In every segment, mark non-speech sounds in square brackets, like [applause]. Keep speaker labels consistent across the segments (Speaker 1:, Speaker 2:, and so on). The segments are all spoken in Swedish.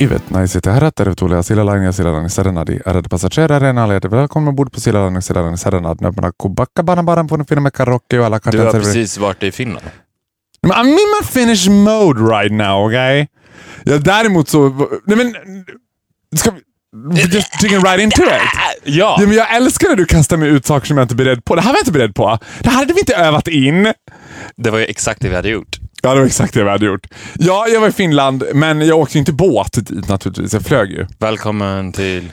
Speaker 1: Yvet naisista herrat, tervetuloa Silalain ja Silalainen Serenadi. Ärade passagerare, en alliade välkomna ombord på Silalainen Silalainen Serenad. Nu öppnar Kubakkabanan bara från Finnamäkka, Rocky och alla
Speaker 2: Du har
Speaker 1: kartan.
Speaker 2: precis varit i Finland.
Speaker 1: Men I'm in my Finnish mode right now, okay? Ja, däremot så... Nej men... Ska vi... We're just digging right into it.
Speaker 2: Ja.
Speaker 1: Ja, men jag älskar när du kastar mig ut saker som jag inte är beredd på. Det här var jag inte beredd på. Det här hade vi inte övat in.
Speaker 2: Det var ju exakt det vi hade gjort.
Speaker 1: Ja, det var exakt det vi hade gjort. Ja, jag var i Finland, men jag åkte ju inte båt dit naturligtvis. Jag flög ju.
Speaker 2: Välkommen till...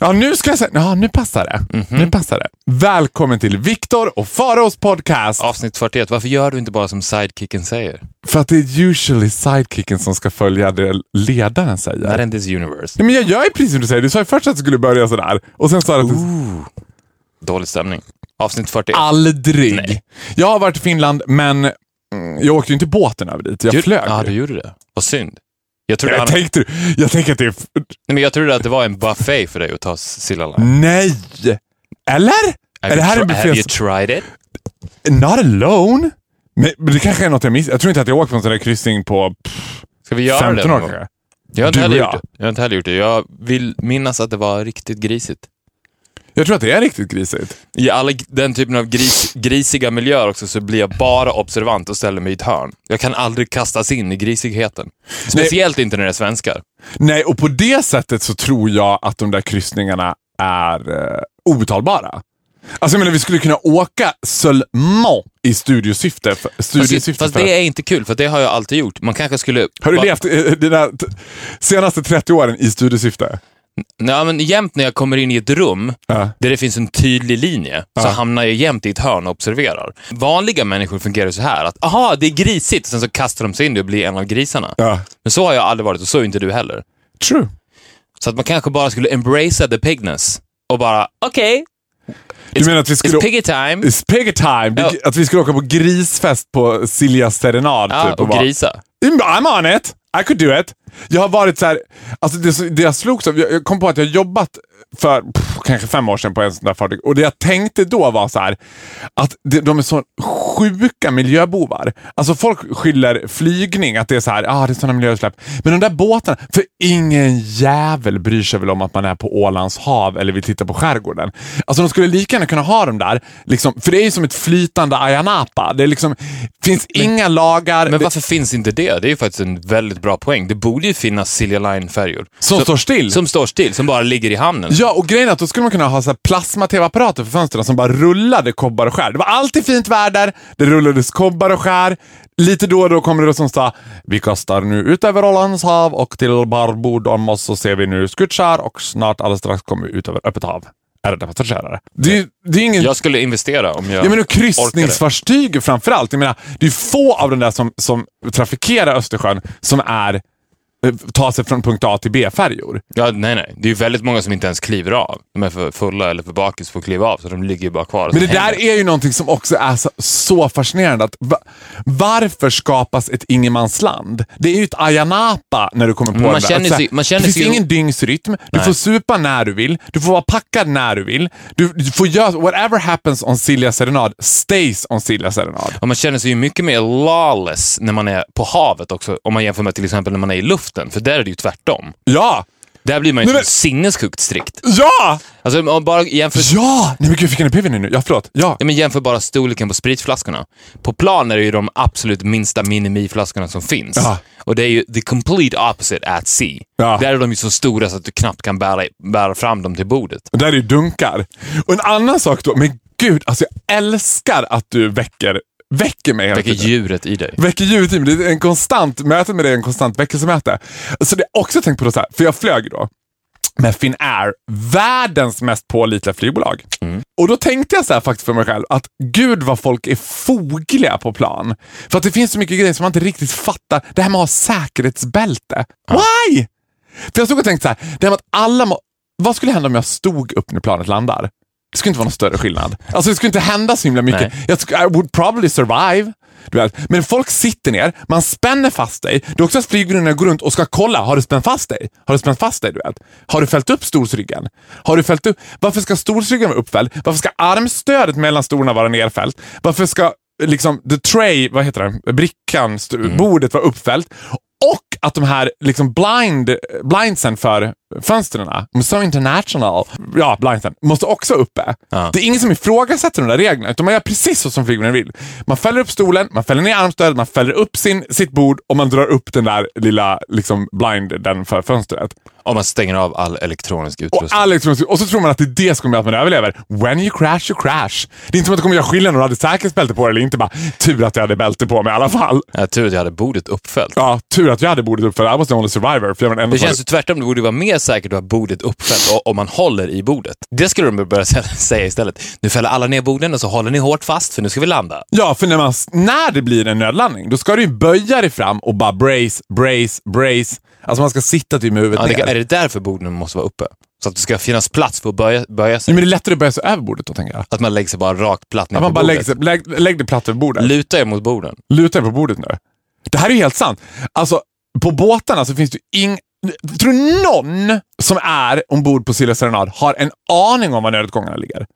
Speaker 1: Ja, nu ska jag säga... Ja, nu passar det.
Speaker 2: Mhm.
Speaker 1: Nu passar det. Välkommen till Viktor och Faraos podcast.
Speaker 2: Avsnitt 41. Varför gör du inte bara som sidekicken säger?
Speaker 1: För att det är usually sidekicken som ska följa det ledaren säger.
Speaker 2: Not in this universe.
Speaker 1: Nej, men jag gör ju precis som du säger. Du sa ju först att du skulle börja sådär. Och sen sa du att du
Speaker 2: Dålig stämning. Avsnitt 41.
Speaker 1: Ah, aldrig...
Speaker 2: Nej.
Speaker 1: Jag har varit i Finland, men mm, jag åkte ju inte båten över dit. Jag
Speaker 2: Du-
Speaker 1: flög.
Speaker 2: Ja, du gjorde det. Vad synd. Jag trodde,
Speaker 1: jag,
Speaker 2: han...
Speaker 1: tänkte, jag tänker att det är... f-
Speaker 2: Nej, men jag trodde att det var en buffé för dig att ta Sillalaj.
Speaker 1: Nej! Eller?
Speaker 2: Have
Speaker 1: är det
Speaker 2: you
Speaker 1: här en
Speaker 2: tr- Have you
Speaker 1: buffé?
Speaker 2: tried it?
Speaker 1: Not alone? Men, men det kanske är något jag missar. Jag tror inte att jag åkt på en sån där kryssning på pff,
Speaker 2: Ska vi göra
Speaker 1: 15
Speaker 2: det
Speaker 1: år
Speaker 2: någon gång?
Speaker 1: kanske.
Speaker 2: Jag har, inte
Speaker 1: Du
Speaker 2: heller
Speaker 1: och
Speaker 2: gjort
Speaker 1: jag.
Speaker 2: det. jag har inte heller gjort det. Jag vill minnas att det var riktigt grisigt.
Speaker 1: Jag tror att det är riktigt grisigt.
Speaker 2: I alla g- den typen av gris, grisiga miljöer också så blir jag bara observant och ställer mig i ett hörn. Jag kan aldrig kastas in i grisigheten. Speciellt inte när det är svenskar.
Speaker 1: Nej, och på det sättet så tror jag att de där kryssningarna är eh, obetalbara. Alltså jag menar, vi skulle kunna åka seulement i studiosyfte. För,
Speaker 2: Fast,
Speaker 1: studiesyfte
Speaker 2: fast
Speaker 1: för.
Speaker 2: det är inte kul, för det har jag alltid gjort. Man kanske skulle...
Speaker 1: Har du
Speaker 2: bara-
Speaker 1: levt eh, dina t- senaste 30 åren i studiesyfte?
Speaker 2: Nej, men jämt när jag kommer in i ett rum
Speaker 1: Ja.
Speaker 2: där det finns en tydlig linje så hamnar jag jämt i ett hörn och observerar. Vanliga människor fungerar så här att aha, det är grisigt, och sen så kastar de sig in och blir en av grisarna.
Speaker 1: Ja.
Speaker 2: Men så har jag aldrig varit och så är inte du heller.
Speaker 1: True.
Speaker 2: Så att man kanske bara skulle embracea the pigness och bara, okej,
Speaker 1: Du menar att vi skulle...
Speaker 2: it's piggy time.
Speaker 1: It's piggy time! Det-
Speaker 2: Ja.
Speaker 1: Att vi skulle åka på grisfest på Siljas serenad.
Speaker 2: Ja,
Speaker 1: typ, och
Speaker 2: och
Speaker 1: bara-
Speaker 2: grisa.
Speaker 1: I'm on it! I could do it! Jag har varit så här, alltså det, som- det jag slogs av, jag jag kom på att jag jobbat för pff, kanske fem år sedan på en sån där fartyg och det jag tänkte då var så här att det, de är så sjuka miljöbovar. Alltså folk skyller flygning, att det är så här, ah, det är sådana miljöutsläpp. Men de där båtarna, för ingen jävel bryr sig väl om att man är på Ålands hav eller vill titta på skärgården. Alltså de skulle lika gärna kunna ha dem där, liksom, för det är ju som ett flytande Ayia Napa. Det är liksom, finns inga lagar.
Speaker 2: Men
Speaker 1: det-
Speaker 2: varför finns inte det? Det är ju faktiskt en väldigt bra poäng. Det borde ju finnas Silja Line-färjor.
Speaker 1: Som står still.
Speaker 2: Som står still, som bara ligger i hamnen.
Speaker 1: Ja, och grejen är att då skulle man kunna ha så här plasma-tv-apparater för fönstren som bara rullade kobbar och skär. Det var alltid fint väder, det rullades kobbar och skär. Lite då och då kommer det som sa vi kastar nu ut över Ålands hav och till Barbodom och så ser vi nu skutskär och snart alldeles strax kommer vi ut över öppet hav. Är det passagerare? Det, är- det är ingen...
Speaker 2: Jag skulle investera om jag
Speaker 1: Ja, men och
Speaker 2: orkade.
Speaker 1: kryssningsfartyg framförallt. Jag menar, det är få av de där som, som trafikerar Östersjön som är eh, tar sig från punkt A till B-färjor.
Speaker 2: Ja, nej, nej. Det är ju väldigt många som inte ens kliver av. De är för fulla eller för bakis för att kliva av, så de ligger ju bara kvar. och
Speaker 1: Men det
Speaker 2: så hänger
Speaker 1: där är ju någonting som också är så, så fascinerande. Att va, varför skapas ett ingenmansland? Det är ju ett Ayia Napa när du kommer på
Speaker 2: Men man
Speaker 1: det där.
Speaker 2: känner
Speaker 1: Att så här,
Speaker 2: sig- man känner
Speaker 1: det finns
Speaker 2: sig ju-
Speaker 1: ingen dygnsrytm. Du får supa när du vill. Du får vara packad när du vill. Du, du får göra whatever happens on Silja Serenad stays on Silja Serenad.
Speaker 2: Och man känner sig ju mycket mer lawless när man är på havet också, om man jämför med till exempel när man är i luften, för där är det ju tvärtom.
Speaker 1: Ja!
Speaker 2: Där blir man ju
Speaker 1: Nej, men-
Speaker 2: som sinnessjukt strikt.
Speaker 1: Ja!
Speaker 2: Alltså, om man bara jämför,
Speaker 1: Ja! Nej men gud, jag fick en epiphany nu. Ja, förlåt. Ja.
Speaker 2: ja, men jämför bara storleken på spritflaskorna. På plan är det ju de absolut minsta minimiflaskorna som finns.
Speaker 1: Ja.
Speaker 2: Och det är ju the complete opposite at sea.
Speaker 1: Ja.
Speaker 2: Där är de ju så stora så att du knappt kan bära, bära fram dem till bordet.
Speaker 1: Och Där är det dunkar. Och en annan sak då. Men gud, alltså jag älskar att du väcker, väcker mig hela
Speaker 2: Väcker
Speaker 1: tiden.
Speaker 2: djuret i dig.
Speaker 1: väcker ljudet i mig. Det är en konstant, mötet med det är en konstant väckelsemöte. Så det har jag också tänkt på, då så här, för jag flög då. med Finnair, världens mest pålitliga flygbolag. Och då tänkte jag så här faktiskt för mig själv att gud vad folk är fogliga på plan. För att det finns så mycket grejer som man inte riktigt fattar. Det här med att ha säkerhetsbälte. Why? För jag stod och tänkte så här, det här med att alla må- vad skulle hända om jag stod upp när planet landar? Det skulle inte vara någon större skillnad. Alltså det skulle inte hända så himla mycket.
Speaker 2: Nej.
Speaker 1: Jag sk- I would probably survive. Du vet. Men folk sitter ner, man spänner fast dig. Det är också att flygvärdinnorna går runt och ska kolla, har du spänt fast dig? Har du spänt fast dig? Du vet. Har du fällt upp stolsryggen? Har du fällt upp? Varför ska stolsryggen vara uppfälld? Varför ska armstödet mellan stolarna vara nerfällt? Varför ska liksom the tray, vad heter det, brickan, st- bordet vara uppfällt. Och att de här liksom blind, blindsen för fönstren, de är så international, ja blindsen, måste också vara uppe.
Speaker 2: Ja.
Speaker 1: Det är ingen som ifrågasätter de där reglerna, utan man gör precis så som flygvärdinnan vill. Man fäller upp stolen, man fäller ner armstödet, man fäller upp sin, sitt bord och man drar upp den där lilla liksom, blinden för fönstret.
Speaker 2: Om man stänger av all elektronisk
Speaker 1: Och,
Speaker 2: utrustning.
Speaker 1: Alex, och så tror man att det är det som kommer göra att man överlever. When you crash, you crash. Det är inte som att det kommer göra skillnad om du hade säkerhetsbälte på dig eller inte. Bara, tur att jag hade bälte på mig i alla fall.
Speaker 2: Ja, tur att jag hade bordet uppfällt.
Speaker 1: Ja, tur att jag hade bordet uppfällt. I was the only survivor. För jag var den enda
Speaker 2: Det
Speaker 1: som
Speaker 2: känns ju tvärtom. Det borde vara mer säkert att ha bordet uppfällt och- om man håller i bordet. Det skulle de börja [laughs] sä- säga istället. Nu fäller alla ner borden och så håller ni hårt fast för nu ska vi landa.
Speaker 1: Ja, för när, man, när det blir en nödlandning, då ska du ju böja dig fram och bara brace, brace, brace. Alltså man ska sitta typ med huvudet
Speaker 2: Ja, det,
Speaker 1: ner.
Speaker 2: är det därför borden måste vara uppe? Så att det ska finnas plats för att böja, böja
Speaker 1: Jo,
Speaker 2: sig?
Speaker 1: men det är lättare att böja sig över bordet då, tänker jag.
Speaker 2: Att man lägger sig bara rakt platt ner
Speaker 1: Att
Speaker 2: på
Speaker 1: man bara lägger
Speaker 2: bordet?
Speaker 1: sig, lägg, lägg dig platt över bordet.
Speaker 2: Luta er mot borden.
Speaker 1: Luta dig på bordet nu. Det här är ju helt sant. Alltså, på båtarna så finns det ju ing... Tror du någon som är ombord på Silja Serenad har en aning om var nödutgångarna ligger?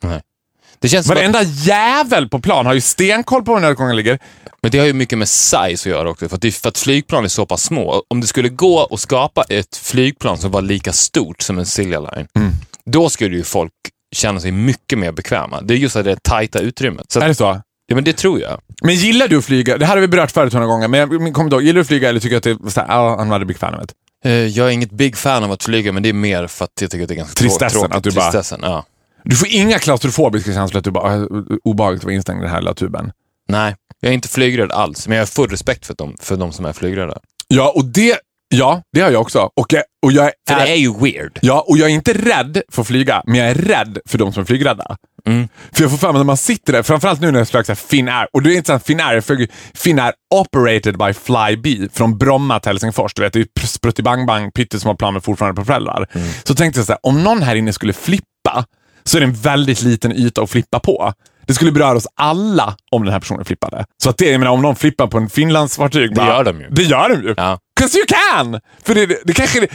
Speaker 2: Det känns som att,
Speaker 1: Varenda jävel på plan har ju stenkoll på var nödutgångarna ligger.
Speaker 2: men det har ju mycket med size att göra också, för att, det, är- för att flygplan är så pass små. Om det skulle gå att skapa ett flygplan som var lika stort som en Silja Line,
Speaker 1: Mm.
Speaker 2: då skulle ju folk känna sig mycket mer bekväma. Det är just det där tajta utrymmet. Så
Speaker 1: Är
Speaker 2: att,
Speaker 1: det så?
Speaker 2: ja, men det tror jag.
Speaker 1: Men gillar du att flyga? Det här har vi berört förut några gånger, men jag men kommer inte ihåg. Gillar du att flyga eller tycker du att det är "Ah, såhär, ja, han hade bekvämlighet?
Speaker 2: Eh, Jag är inget big fan av att flyga, men det är mer för att jag tycker att det är ganska trå-
Speaker 1: Tristessen,
Speaker 2: tråkigt.
Speaker 1: att du bara-
Speaker 2: Tristessen, ja.
Speaker 1: Du får inga klaustrofobiska känslor att du bara, "Ah, obehagligt att vara instängd i den här lilla tuben.
Speaker 2: Nej, jag är inte flygrädd alls, men jag har full respekt för dem, för de som är flygrädda.
Speaker 1: Ja, och det, ja, det har jag också. Och jag, och jag
Speaker 2: För det är
Speaker 1: är,
Speaker 2: ju weird.
Speaker 1: ja, och jag är inte rädd för att flyga, men jag är rädd för de som är flygrädda.
Speaker 2: Mm.
Speaker 1: För jag får för mig när man sitter där, framförallt nu när jag flög så här Finnair, och det är inte såhär Finnair, för Finnair operated by Flybe från Bromma till Helsingfors. Du vet, det är ju spruttibang-bang, pyttesmå plan med fortfarande propellrar.
Speaker 2: Mm.
Speaker 1: Så tänkte jag så här, om någon här inne skulle flippa, så är det en väldigt liten yta att flippa på. Det skulle beröra oss alla om den här personen flippade. Så att det, jag menar, om någon flippar på en Finlandsfartyg. bara-
Speaker 2: gör de ju.
Speaker 1: Det gör de ju.
Speaker 2: Ja.
Speaker 1: 'Cause you can! För det, det, det kanske... är-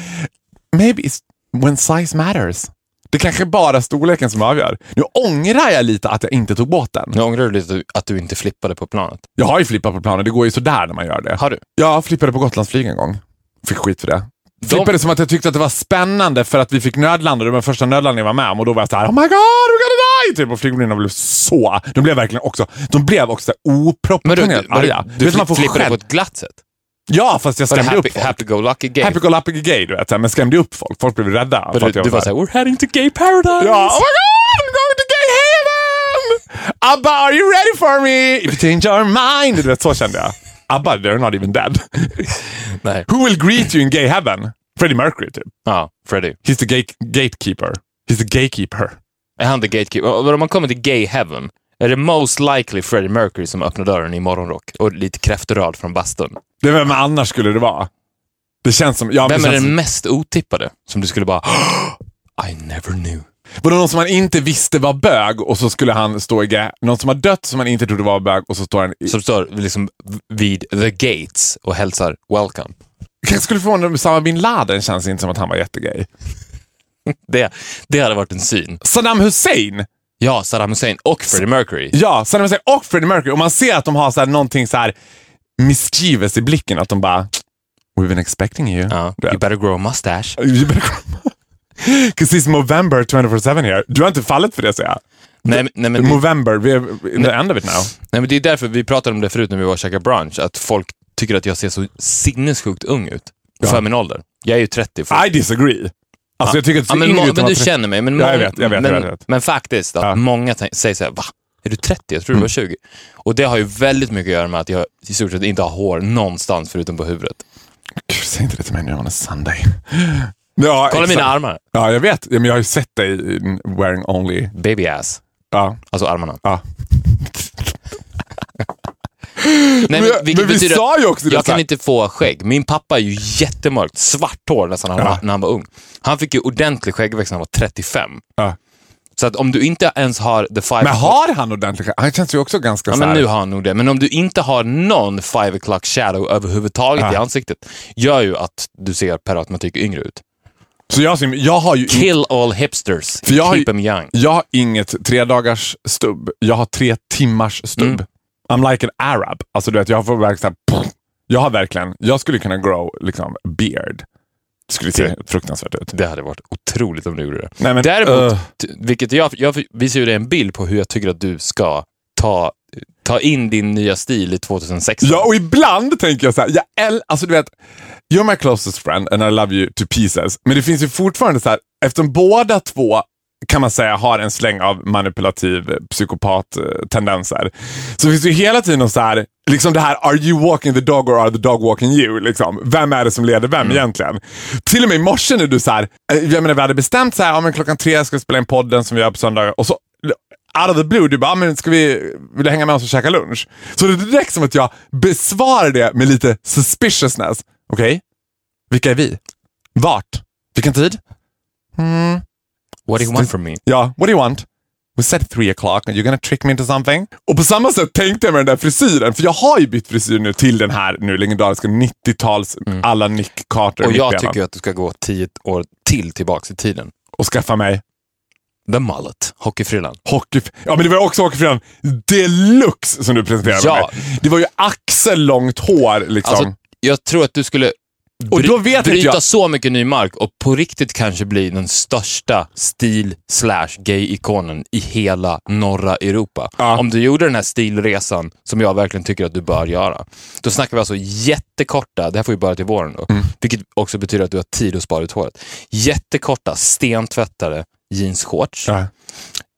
Speaker 1: Maybe it's when size matters. Det kanske är bara storleken som avgör. Nu ångrar jag lite att jag inte tog båten.
Speaker 2: Nu ångrar du lite att du- att du inte flippade på planet.
Speaker 1: Jag har ju flippat på planen, det går ju sådär när man gör det.
Speaker 2: Har du?
Speaker 1: Jag flippade på Gotlandsflyg en gång. Fick skit för det. Flippade som att jag tyckte att det var spännande för att vi fick nödlanda. Det var den första nödlandningen jag var med om och då var jag såhär Oh my god, we're gonna die! Typ, och flygvärdinnorna blev så... De blev verkligen också... De blev också så här
Speaker 2: Men du,
Speaker 1: oproportionerligt
Speaker 2: du, men du,
Speaker 1: arga.
Speaker 2: du
Speaker 1: Vet man
Speaker 2: flipp,
Speaker 1: får
Speaker 2: flippade
Speaker 1: skäll-
Speaker 2: på ett glatt sätt.
Speaker 1: Ja, fast jag
Speaker 2: Var det
Speaker 1: skrämde
Speaker 2: happy,
Speaker 1: upp folk.
Speaker 2: happy go lucky game?
Speaker 1: Happy go lucky gay, du vet. så här, Men skrämde upp folk. Folk blev rädda. för
Speaker 2: Men
Speaker 1: att
Speaker 2: du,
Speaker 1: jag
Speaker 2: du var
Speaker 1: så här-
Speaker 2: såhär, we're heading to gay paradise!
Speaker 1: Ja, oh my god, I'm going to gay heaven! ABBA, are you ready for me? If you change your mind. Du vet, så kände jag. ABBA, they're not even dead.
Speaker 2: Nej.
Speaker 1: Who will greet you in gay heaven? Freddie Mercury, typ.
Speaker 2: Ja, Freddy.
Speaker 1: He's the gate gatekeeper. He's the gaykeeper.
Speaker 2: Är han the gatekeeper? Och Om man kommer till gay heaven, är det most likely Freddie Mercury som öppnar dörren i morgonrock och lite kräfterad från bastun?
Speaker 1: Det är vem annars skulle det vara? Det känns som... Ja, men
Speaker 2: Vem
Speaker 1: det
Speaker 2: är
Speaker 1: känns
Speaker 2: den
Speaker 1: som,
Speaker 2: mest otippade som du skulle bara I never knew.
Speaker 1: var det någon som man inte visste var bög och så skulle han stå i gay... Någon som har dött som man inte trodde var bög och så står han i...
Speaker 2: Som står liksom vid the gates och hälsar welcome.
Speaker 1: Kanske skulle förvåna mig om Usama bin Laden känns inte som att han var jättegay.
Speaker 2: Det, det hade varit en syn.
Speaker 1: Saddam Hussein!
Speaker 2: Ja, Saddam Hussein och Freddie Mercury.
Speaker 1: Ja, Saddam Hussein och Freddie Mercury. Och man ser att de har så här, någonting så här mischievous i blicken. Att de bara... We've been expecting you.
Speaker 2: Ja,
Speaker 1: Du
Speaker 2: you
Speaker 1: vet. [laughs]
Speaker 2: better grow a mustache.
Speaker 1: You better come. Cause it's November 24-7 here. Du har inte fallit för det säger jag.
Speaker 2: Nej, men- nej, men,
Speaker 1: November, we are in the end of it now.
Speaker 2: nej, men det är därför vi pratade om det förut när vi var och käkade brunch, att folk tycker att jag ser så sinnessjukt ung ut för min ålder. Jag är ju 30. För...
Speaker 1: I disagree. Alltså jag tycker att det ser
Speaker 2: ja, men,
Speaker 1: yngre
Speaker 2: må-
Speaker 1: ut än
Speaker 2: men
Speaker 1: vad
Speaker 2: du
Speaker 1: tre-
Speaker 2: känner mig. Men,
Speaker 1: Ja, jag
Speaker 2: många-
Speaker 1: vet, jag vet,
Speaker 2: men,
Speaker 1: jag vet.
Speaker 2: men faktiskt, att
Speaker 1: Ja. Mm.
Speaker 2: många tän- säger så här, va? Är du 30? Jag tror du var 20. Och det har ju väldigt mycket att göra med att jag i stort sett inte har hår någonstans förutom på huvudet.
Speaker 1: Gud, säg inte det till mig nu on a Sunday. Ja,
Speaker 2: Kolla
Speaker 1: exakt.
Speaker 2: mina armar.
Speaker 1: Ja, jag vet. Ja, men jag har ju sett dig i en wearing only.
Speaker 2: Baby ass.
Speaker 1: Ja,
Speaker 2: Alltså armarna. [laughs]
Speaker 1: ja.
Speaker 2: Nej,
Speaker 1: Men-
Speaker 2: men, vilket
Speaker 1: men vi
Speaker 2: betyder att
Speaker 1: sa ju också det
Speaker 2: Jag
Speaker 1: så här.
Speaker 2: kan inte få skägg. Min pappa är ju jättemörkt, svart hår nästan när han,
Speaker 1: Ja.
Speaker 2: var, när han var ung. Han fick ju ordentlig skäggväxt när han var 35.
Speaker 1: Ja.
Speaker 2: Så att om du inte ens har the five...
Speaker 1: Men har han ordentligt Han känns ju också ganska
Speaker 2: Ja,
Speaker 1: så
Speaker 2: men
Speaker 1: här...
Speaker 2: nu har han nog det. Men om du inte har någon five o'clock shadow överhuvudtaget
Speaker 1: Ja.
Speaker 2: i ansiktet, gör ju att du ser per automatik yngre ut.
Speaker 1: Så jag, ser- jag har ju...
Speaker 2: Kill all hipsters.
Speaker 1: Mm. För jag har ju-
Speaker 2: Keep them young.
Speaker 1: Jag har inget tre dagars stubb. Jag har tre timmars stubb. I'm like an arab. Alltså du vet, jag får verkligen så här, pff. Jag har verkligen, jag skulle kunna grow liksom a beard. Det skulle se fruktansvärt ut.
Speaker 2: Det hade varit otroligt om du gjorde det.
Speaker 1: Nej, men,
Speaker 2: Däremot,
Speaker 1: eh.
Speaker 2: t- vilket jag, jag visar ju dig en bild på hur jag tycker att du ska ta, ta in din nya stil i 2016.
Speaker 1: Ja, och ibland tänker jag så här, jag äl- alltså du vet, you're my closest friend and I love you to pieces. Men det finns ju fortfarande så här, eftersom båda två kan man säga har en släng av manipulativ eh, psykopat-tendenser. Så finns det ju hela tiden så här, liksom det här are you walking the dog or are the dog walking you? Liksom. Vem är det som leder vem egentligen? Till och med i morse när du så här, eh, jag menar vi hade bestämt så här, ja, men klockan tre ska vi spela in podden som vi gör på söndagar och så out of the blue, du bara, "Ah, men ska vi, vill du hänga med oss och käka lunch? Så det är direkt som att jag besvarar det med lite suspiciousness. Okej, vilka är vi? Vart? Vilken tid? Mm.
Speaker 2: What do you want from me?
Speaker 1: Ja, what do you want? We said three o'clock, are you gonna trick me into something? Och på samma sätt tänkte jag med den där frisyren, för jag har ju bytt frisyr nu till den här nu legendariska 90-tals alla Nick Carter
Speaker 2: Mm. Och jag
Speaker 1: mittbenan.
Speaker 2: tycker att du ska gå tio år till tillbaks i tiden.
Speaker 1: och skaffa mig
Speaker 2: The mullet, hockeyfrillan.
Speaker 1: Hockey... Ja, men det var ju också hockeyfrillan deluxe som du presenterade
Speaker 2: Ja.
Speaker 1: mig. Det var ju axellångt hår liksom.
Speaker 2: Alltså, jag tror att du skulle
Speaker 1: Och
Speaker 2: bry-
Speaker 1: då vet inte
Speaker 2: bryta
Speaker 1: jag-
Speaker 2: så mycket ny mark och på riktigt kanske bli den största stil slash gay-ikonen i hela norra Europa.
Speaker 1: Ja.
Speaker 2: Om du gjorde den här stilresan, som jag verkligen tycker att du bör göra, då snackar vi alltså jättekorta, det här får vi börja till våren då,
Speaker 1: Mm.
Speaker 2: vilket också betyder att du har tid att spara ut håret. Jättekorta, stentvättade jeansshorts,
Speaker 1: Ja.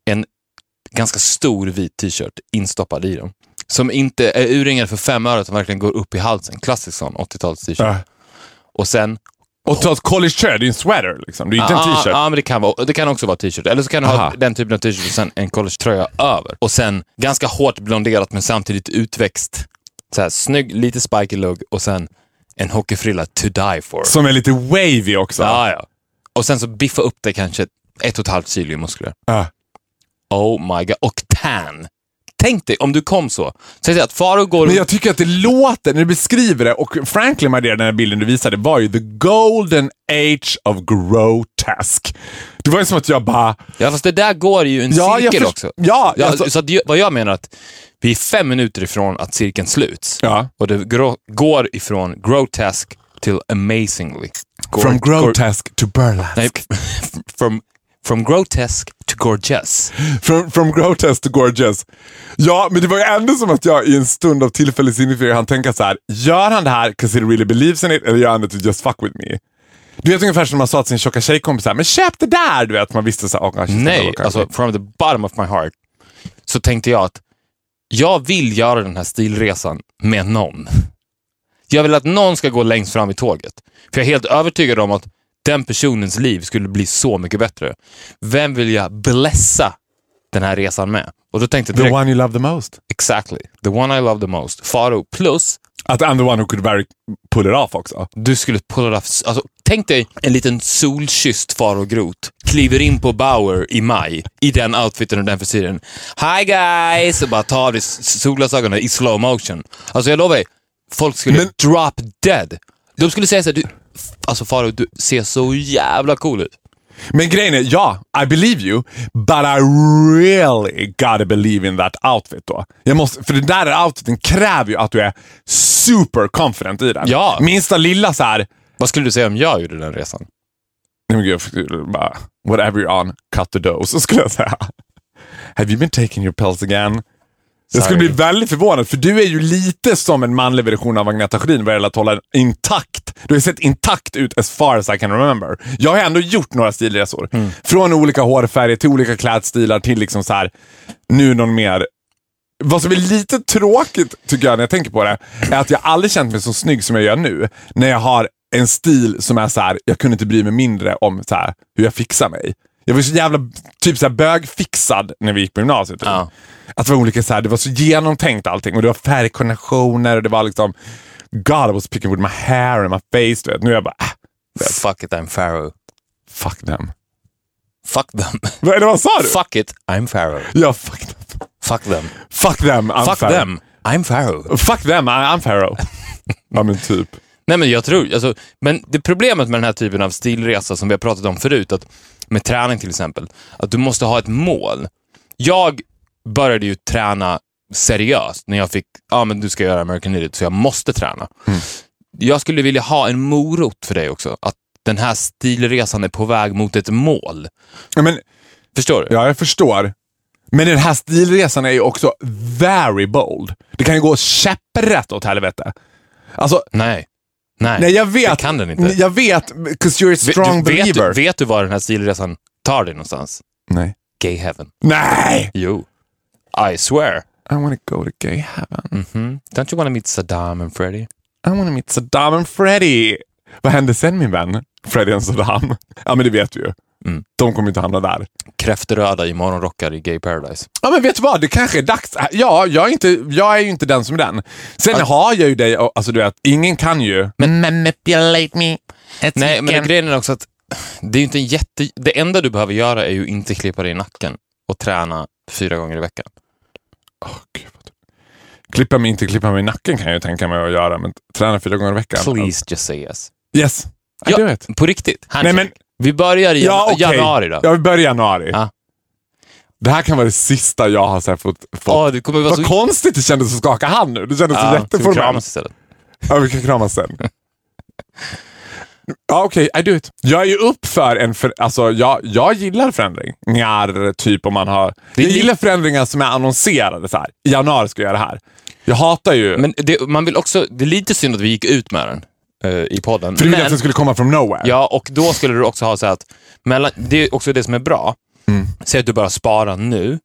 Speaker 2: en ganska stor vit t-shirt instoppad i dem. Som inte är urringad för fem öre, utan verkligen går upp i halsen. Klassisk sån 80-tals t-shirt.
Speaker 1: Ja.
Speaker 2: Och sen...
Speaker 1: Och ta ett college shirt, det är en sweater liksom. Det är inte en
Speaker 2: Ja,
Speaker 1: t-shirt.
Speaker 2: Ja, Ah, men det kan, vara, det kan också vara t-shirt. Eller så kan du
Speaker 1: Aha.
Speaker 2: ha den typen av t-shirt och sen en collegetröja över. Och sen ganska hårt blonderat men samtidigt utväxt. Så här, snygg, lite spiky lugg och sen en hockeyfrilla to die for.
Speaker 1: Som är lite wavy också.
Speaker 2: Ja, ja. Och sen så biffa upp det kanske ett och ett halvt kilo i muskler.
Speaker 1: Ja.
Speaker 2: Oh my god. Och tan. Tänk dig om du kom så. Säg att Faro går...
Speaker 1: Men jag tycker att det låter, när du beskriver det, och Franklin my dear, den här bilden du visade, var ju the golden age of grotesque. Det var ju som att jag bara,
Speaker 2: Ja, fast det där går ju i en
Speaker 1: Ja, jag
Speaker 2: cirkel
Speaker 1: förs-
Speaker 2: också.
Speaker 1: Ja, alltså-
Speaker 2: Så att, ju- vad jag menar är att vi är fem minuter ifrån att cirkeln sluts.
Speaker 1: Ja.
Speaker 2: Och det gro- går ifrån grotesk till amazingly. Gor-
Speaker 1: from
Speaker 2: gor-
Speaker 1: grotesque to burlesque.
Speaker 2: Nej, [laughs] from, from grotesk to gorgeous.
Speaker 1: From, from grotesque to gorgeous. Ja, men det var ju ändå som att jag i en stund av tillfällig sinnesförvirring hann tänka så här. Gör han det här 'cause he really believes in it eller gör han det to just fuck with me? Du vet ungefär som man sa till sin tjocka tjejkompis så här, men köp det där! Du vet, man visste så här, "Åh, kanske det
Speaker 2: Nej,
Speaker 1: var
Speaker 2: alltså from the bottom of my heart så tänkte jag att jag vill göra den här stilresan med någon. Jag vill att någon ska gå längst fram i tåget. För jag är helt övertygad om att den personens liv skulle bli så mycket bättre. Vem vill jag blessa den här resan med? Och då tänkte jag
Speaker 1: The
Speaker 2: direkt,
Speaker 1: one you love the most.
Speaker 2: exactly, the one I love the most, Faro. Plus,
Speaker 1: Att I'm the one who could very pull it off också.
Speaker 2: du skulle pull it off. Alltså, tänk dig en liten solkysst far och grot. Kliver in på Bauer i maj i den outfiten och den frisyren. Hi guys! Och bara tar av dig s- solglasögonen i slow motion. Alltså jag lovar dig, folk skulle
Speaker 1: Men-
Speaker 2: drop dead. De skulle säga såhär, du, alltså Faro, du ser så jävla cool ut.
Speaker 1: Men grejen är, ja, I believe you, but I really gotta believe in that outfit då. Jag måste, för den där outfiten kräver ju att du är super confident i den.
Speaker 2: Ja.
Speaker 1: Minsta lilla så här,
Speaker 2: Vad skulle du säga om jag gjorde den resan?
Speaker 1: Nej men gud, jag fick bara, whatever you're on, cut the dough. Så [laughs] skulle jag säga. Have you been taking your pills again? Jag skulle
Speaker 2: Sorry.
Speaker 1: bli väldigt förvånad, för du är ju lite som en manlig version av Agneta Sjödin vad gäller att hålla en intakt. Du har ju sett intakt ut as far as I can remember. Jag har ändå gjort några stilresor. Från olika hårfärger till olika klädstilar till liksom så här, nu någon mer vad som är lite tråkigt, tycker jag, när jag tänker på det, är att jag aldrig känt mig så snygg som jag gör nu. När jag har en stil som är så här, jag kunde inte bry mig mindre om så här, hur jag fixar mig. Jag var så jävla typ så här, bögfixad när vi gick på gymnasiet. Typ.
Speaker 2: Ja.
Speaker 1: Att det var olika så här, det var så genomtänkt allting och det var färgkombinationer och det var liksom God, I was picking with my hair and my face. Du vet. Nu är jag bara, ah,
Speaker 2: Fuck it, I'm Pharaoh.
Speaker 1: fuck them.
Speaker 2: Fuck them.
Speaker 1: Vad, eller vad sa du?
Speaker 2: Fuck it, I'm Pharaoh.
Speaker 1: Ja, fuck them.
Speaker 2: Fuck them.
Speaker 1: Fuck them, I'm
Speaker 2: Fuck
Speaker 1: Pharaoh.
Speaker 2: them, I'm Pharaoh.
Speaker 1: Fuck them, I- I'm
Speaker 2: [laughs]
Speaker 1: Pharaoh. ja, men typ.
Speaker 2: Nej, men jag tror, alltså, men det problemet med den här typen av stilresa som vi har pratat om förut, att, med träning till exempel, att du måste ha ett mål. Jag började ju träna seriöst när jag fick, ja ah, men du ska göra American Idiot, så jag måste träna.
Speaker 1: Mm.
Speaker 2: Jag skulle vilja ha en morot för dig också, att den här stilresan är på väg mot ett mål.
Speaker 1: Ja, men,
Speaker 2: Förstår du?
Speaker 1: ja, jag förstår. Men den här stilresan är ju också very bold. Det kan ju gå käpprätt åt helvete. Alltså,
Speaker 2: Nej. Nej.
Speaker 1: nej jag vet.
Speaker 2: Det kan den inte.
Speaker 1: Jag vet, because you're a
Speaker 2: Vet-
Speaker 1: strong
Speaker 2: du, vet,
Speaker 1: believer.
Speaker 2: du, vet du var den här stilresan tar dig någonstans?
Speaker 1: Nej.
Speaker 2: Gay heaven.
Speaker 1: Nej!
Speaker 2: Jo. I swear.
Speaker 1: I wanna go to gay heaven.
Speaker 2: Mhm. Don't you want to meet Saddam and Freddy?
Speaker 1: I wanna meet Saddam and Freddy. Vad hände sen min vän? Freddy och Saddam. Ja men det vet du ju.
Speaker 2: Mm.
Speaker 1: De kommer inte hamna där.
Speaker 2: Kräftröda i morgonrockar i Gay Paradise.
Speaker 1: Ja men vet du vad, det kanske är dags. Ja, jag är, inte, jag är ju inte den som är den. Sen har jag ju dig, och- alltså du vet, ingen kan ju. Men manipulate me.
Speaker 2: Nej, men grejen är också att det är ju inte en jätte... Det enda du behöver göra är ju inte klippa dig i nacken och träna fyra gånger i veckan.
Speaker 1: Klippa mig, inte klippa mig i nacken kan jag ju tänka mig att göra, men träna fyra gånger i veckan.
Speaker 2: Please just say yes.
Speaker 1: Yes, I do it.
Speaker 2: på riktigt. Handshake.
Speaker 1: Nej, men-
Speaker 2: Vi börjar i
Speaker 1: Ja,
Speaker 2: jan-
Speaker 1: okej.
Speaker 2: januari då.
Speaker 1: Ja, vi börjar i januari.
Speaker 2: Ja.
Speaker 1: Det här kan vara det sista jag har så här, fått... fått.
Speaker 2: Åh, det kommer vara
Speaker 1: Vad
Speaker 2: så...
Speaker 1: konstigt det kändes att skaka hand nu. Det kändes så
Speaker 2: Ja, ska vi
Speaker 1: jätteformellt.
Speaker 2: kramas istället?
Speaker 1: Ja, vi kan kramas sen. Ja, okej. I do it. Jag är ju upp för en... För, alltså, jag, jag gillar förändring. Njar, typ om man har...
Speaker 2: är
Speaker 1: jag
Speaker 2: li-
Speaker 1: gillar förändringar som är annonserade. Så här. I januari ska jag göra det här. Jag hatar ju...
Speaker 2: Men det, man vill också... Det är lite synd att vi gick ut med den eh, i podden.
Speaker 1: för du ville
Speaker 2: Men-
Speaker 1: att den skulle komma from nowhere.
Speaker 2: Ja, och då skulle du också ha så här att, mellan, det är också det som är bra, säg att du bara sparar nu,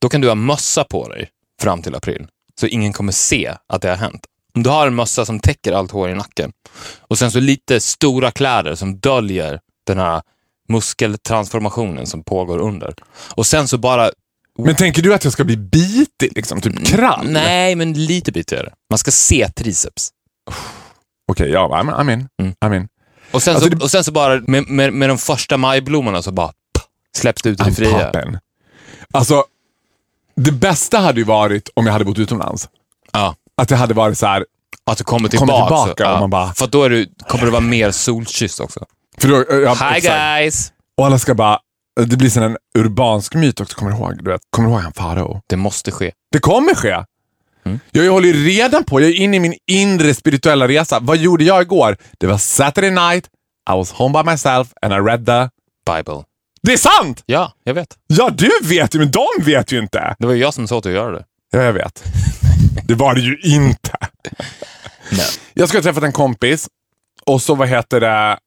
Speaker 2: då kan du ha mössa på dig fram till april, så ingen kommer se att det har hänt. Om du har en mössa som täcker allt hår i nacken och sen så lite stora kläder som döljer den här muskeltransformationen som pågår under. Och sen så bara,
Speaker 1: Men tänker du att jag ska bli bitig? Liksom, typ krall?
Speaker 2: Mm. nej men lite bitigare. Man ska se triceps.
Speaker 1: Okej, ja, I'm, I'm in.
Speaker 2: Mm.
Speaker 1: I'm in.
Speaker 2: Och sen,
Speaker 1: Alltså
Speaker 2: så,
Speaker 1: det-
Speaker 2: och sen så bara med, med, med de första majblommorna så bara pff, släpps det ut i det
Speaker 1: I'm
Speaker 2: fria.
Speaker 1: poppin'. Alltså, det bästa hade ju varit om jag hade bott utomlands.
Speaker 2: Ja.
Speaker 1: Att det hade varit så här,
Speaker 2: Att du
Speaker 1: Kommer
Speaker 2: kommer tillbaka.
Speaker 1: tillbaka och man bara-
Speaker 2: För att då är du, kommer det vara mer solkyss också.
Speaker 1: för då, ja,
Speaker 2: Hi
Speaker 1: exakt.
Speaker 2: guys!
Speaker 1: Och alla ska bara... Det blir sen en urbansk myt också, kommer du ihåg? Du vet, kommer du ihåg han farao?
Speaker 2: Det måste ske.
Speaker 1: Det kommer ske!
Speaker 2: Mm.
Speaker 1: Jag håller ju redan på, jag är inne i min inre spirituella resa. Vad gjorde jag igår? Det var Saturday night, I was home by myself and I read the...
Speaker 2: Bible.
Speaker 1: Det är sant!
Speaker 2: Ja, jag vet.
Speaker 1: Ja, du vet ju, men de vet ju inte!
Speaker 2: Det var ju jag som sa åt dig att göra det.
Speaker 1: Ja, jag vet. Det var det ju inte. Jag skulle ha träffat en kompis och så vad heter det,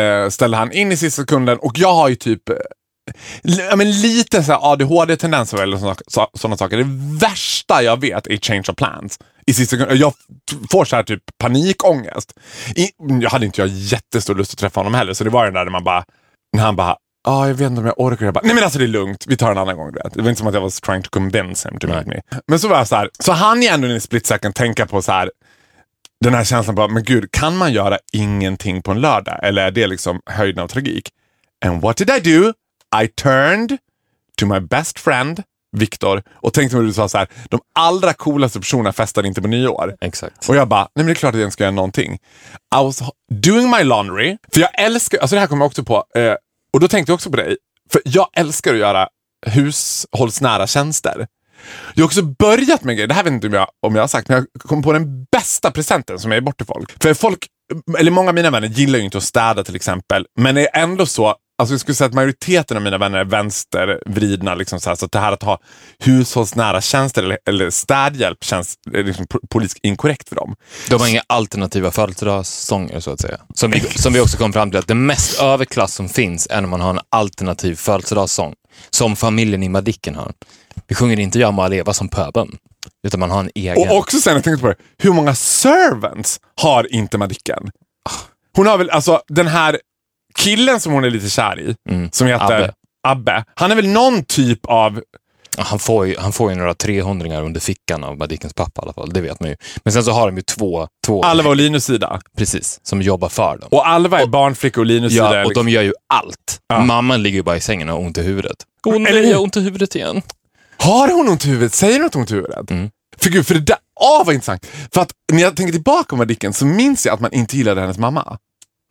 Speaker 1: eh, ställde han in i sista sekunden och jag har ju typ eh, li- ja, men lite så här ADHD-tendenser eller sådana, så, sådana saker. Det värsta jag vet är change of plans. I sista sekunden. Jag t- får så här typ panikångest. I, jag hade inte jag jättestor lust att träffa honom heller, så det var den där när man bara, när han bara Ja, jag vet inte om jag orkar. Jag bara, nej men alltså det är lugnt, vi tar en annan gång. Du vet. Det var inte som att jag var trying to convince him to meet me. Men så var jag så här, så han är ändå i en split second tänka på så här, den här känslan bara, men gud, kan man göra ingenting på en lördag? Eller är det liksom höjden av tragik? And what did I do? I turned to my best friend, Viktor, och tänkte mig du sa så här, de allra coolaste personerna festar inte på nyår.
Speaker 2: Exakt.
Speaker 1: Och jag bara, nej men det är klart att jag inte ska göra någonting. I was ho- doing my laundry, för jag älskar, alltså det här kommer jag också på, eh, och då tänkte jag också på dig, för jag älskar att göra hushållsnära tjänster. Jag har också börjat med grejer, det här vet inte om jag, om jag har sagt, men jag kom på den bästa presenten som jag ger bort till folk. För folk, eller många av mina vänner gillar ju inte att städa till exempel, men är ändå så, alltså jag skulle säga att majoriteten av mina vänner är vänstervridna, liksom så, här, så att det här att ha hushållsnära tjänster eller, eller städhjälp känns eh, liksom po- politiskt inkorrekt för dem.
Speaker 2: De har inga alternativa födelsedagssånger så att säga. Som vi, som vi också kom fram till att det mest överklass som finns är när man har en alternativ födelsedagssång. Som familjen i Madicken har. Vi sjunger inte Jag må leva som pöbeln. Utan man har en egen.
Speaker 1: Och också sen, jag tänkte på det, hur många servants har inte Madicken? Hon har väl, alltså den här killen som hon är lite kär i, som heter Abbe.
Speaker 2: Abbe.
Speaker 1: Han är väl någon typ av...
Speaker 2: Ja, Han får, ju, han får ju några 300 under fickan av Madickens pappa i alla fall, det vet man ju. Men sen så har de ju två, två
Speaker 1: Alva och Linus sida.
Speaker 2: precis, som jobbar för dem.
Speaker 1: Och Alva är barnflicka och Linus sida
Speaker 2: ja,
Speaker 1: är
Speaker 2: och de
Speaker 1: liksom-
Speaker 2: gör ju allt. Mamman ligger ju bara i sängen och har ont i huvudet. Åh
Speaker 1: Eller
Speaker 2: nej,
Speaker 1: hur?
Speaker 2: jag har ont i huvudet igen.
Speaker 1: Har hon ont i huvudet? Säger hon att hon har ont i huvudet?
Speaker 2: Mm.
Speaker 1: För gud, för det där... Åh, vad intressant! För att när jag tänker tillbaka på Dickens så minns jag att man inte gillade hennes mamma.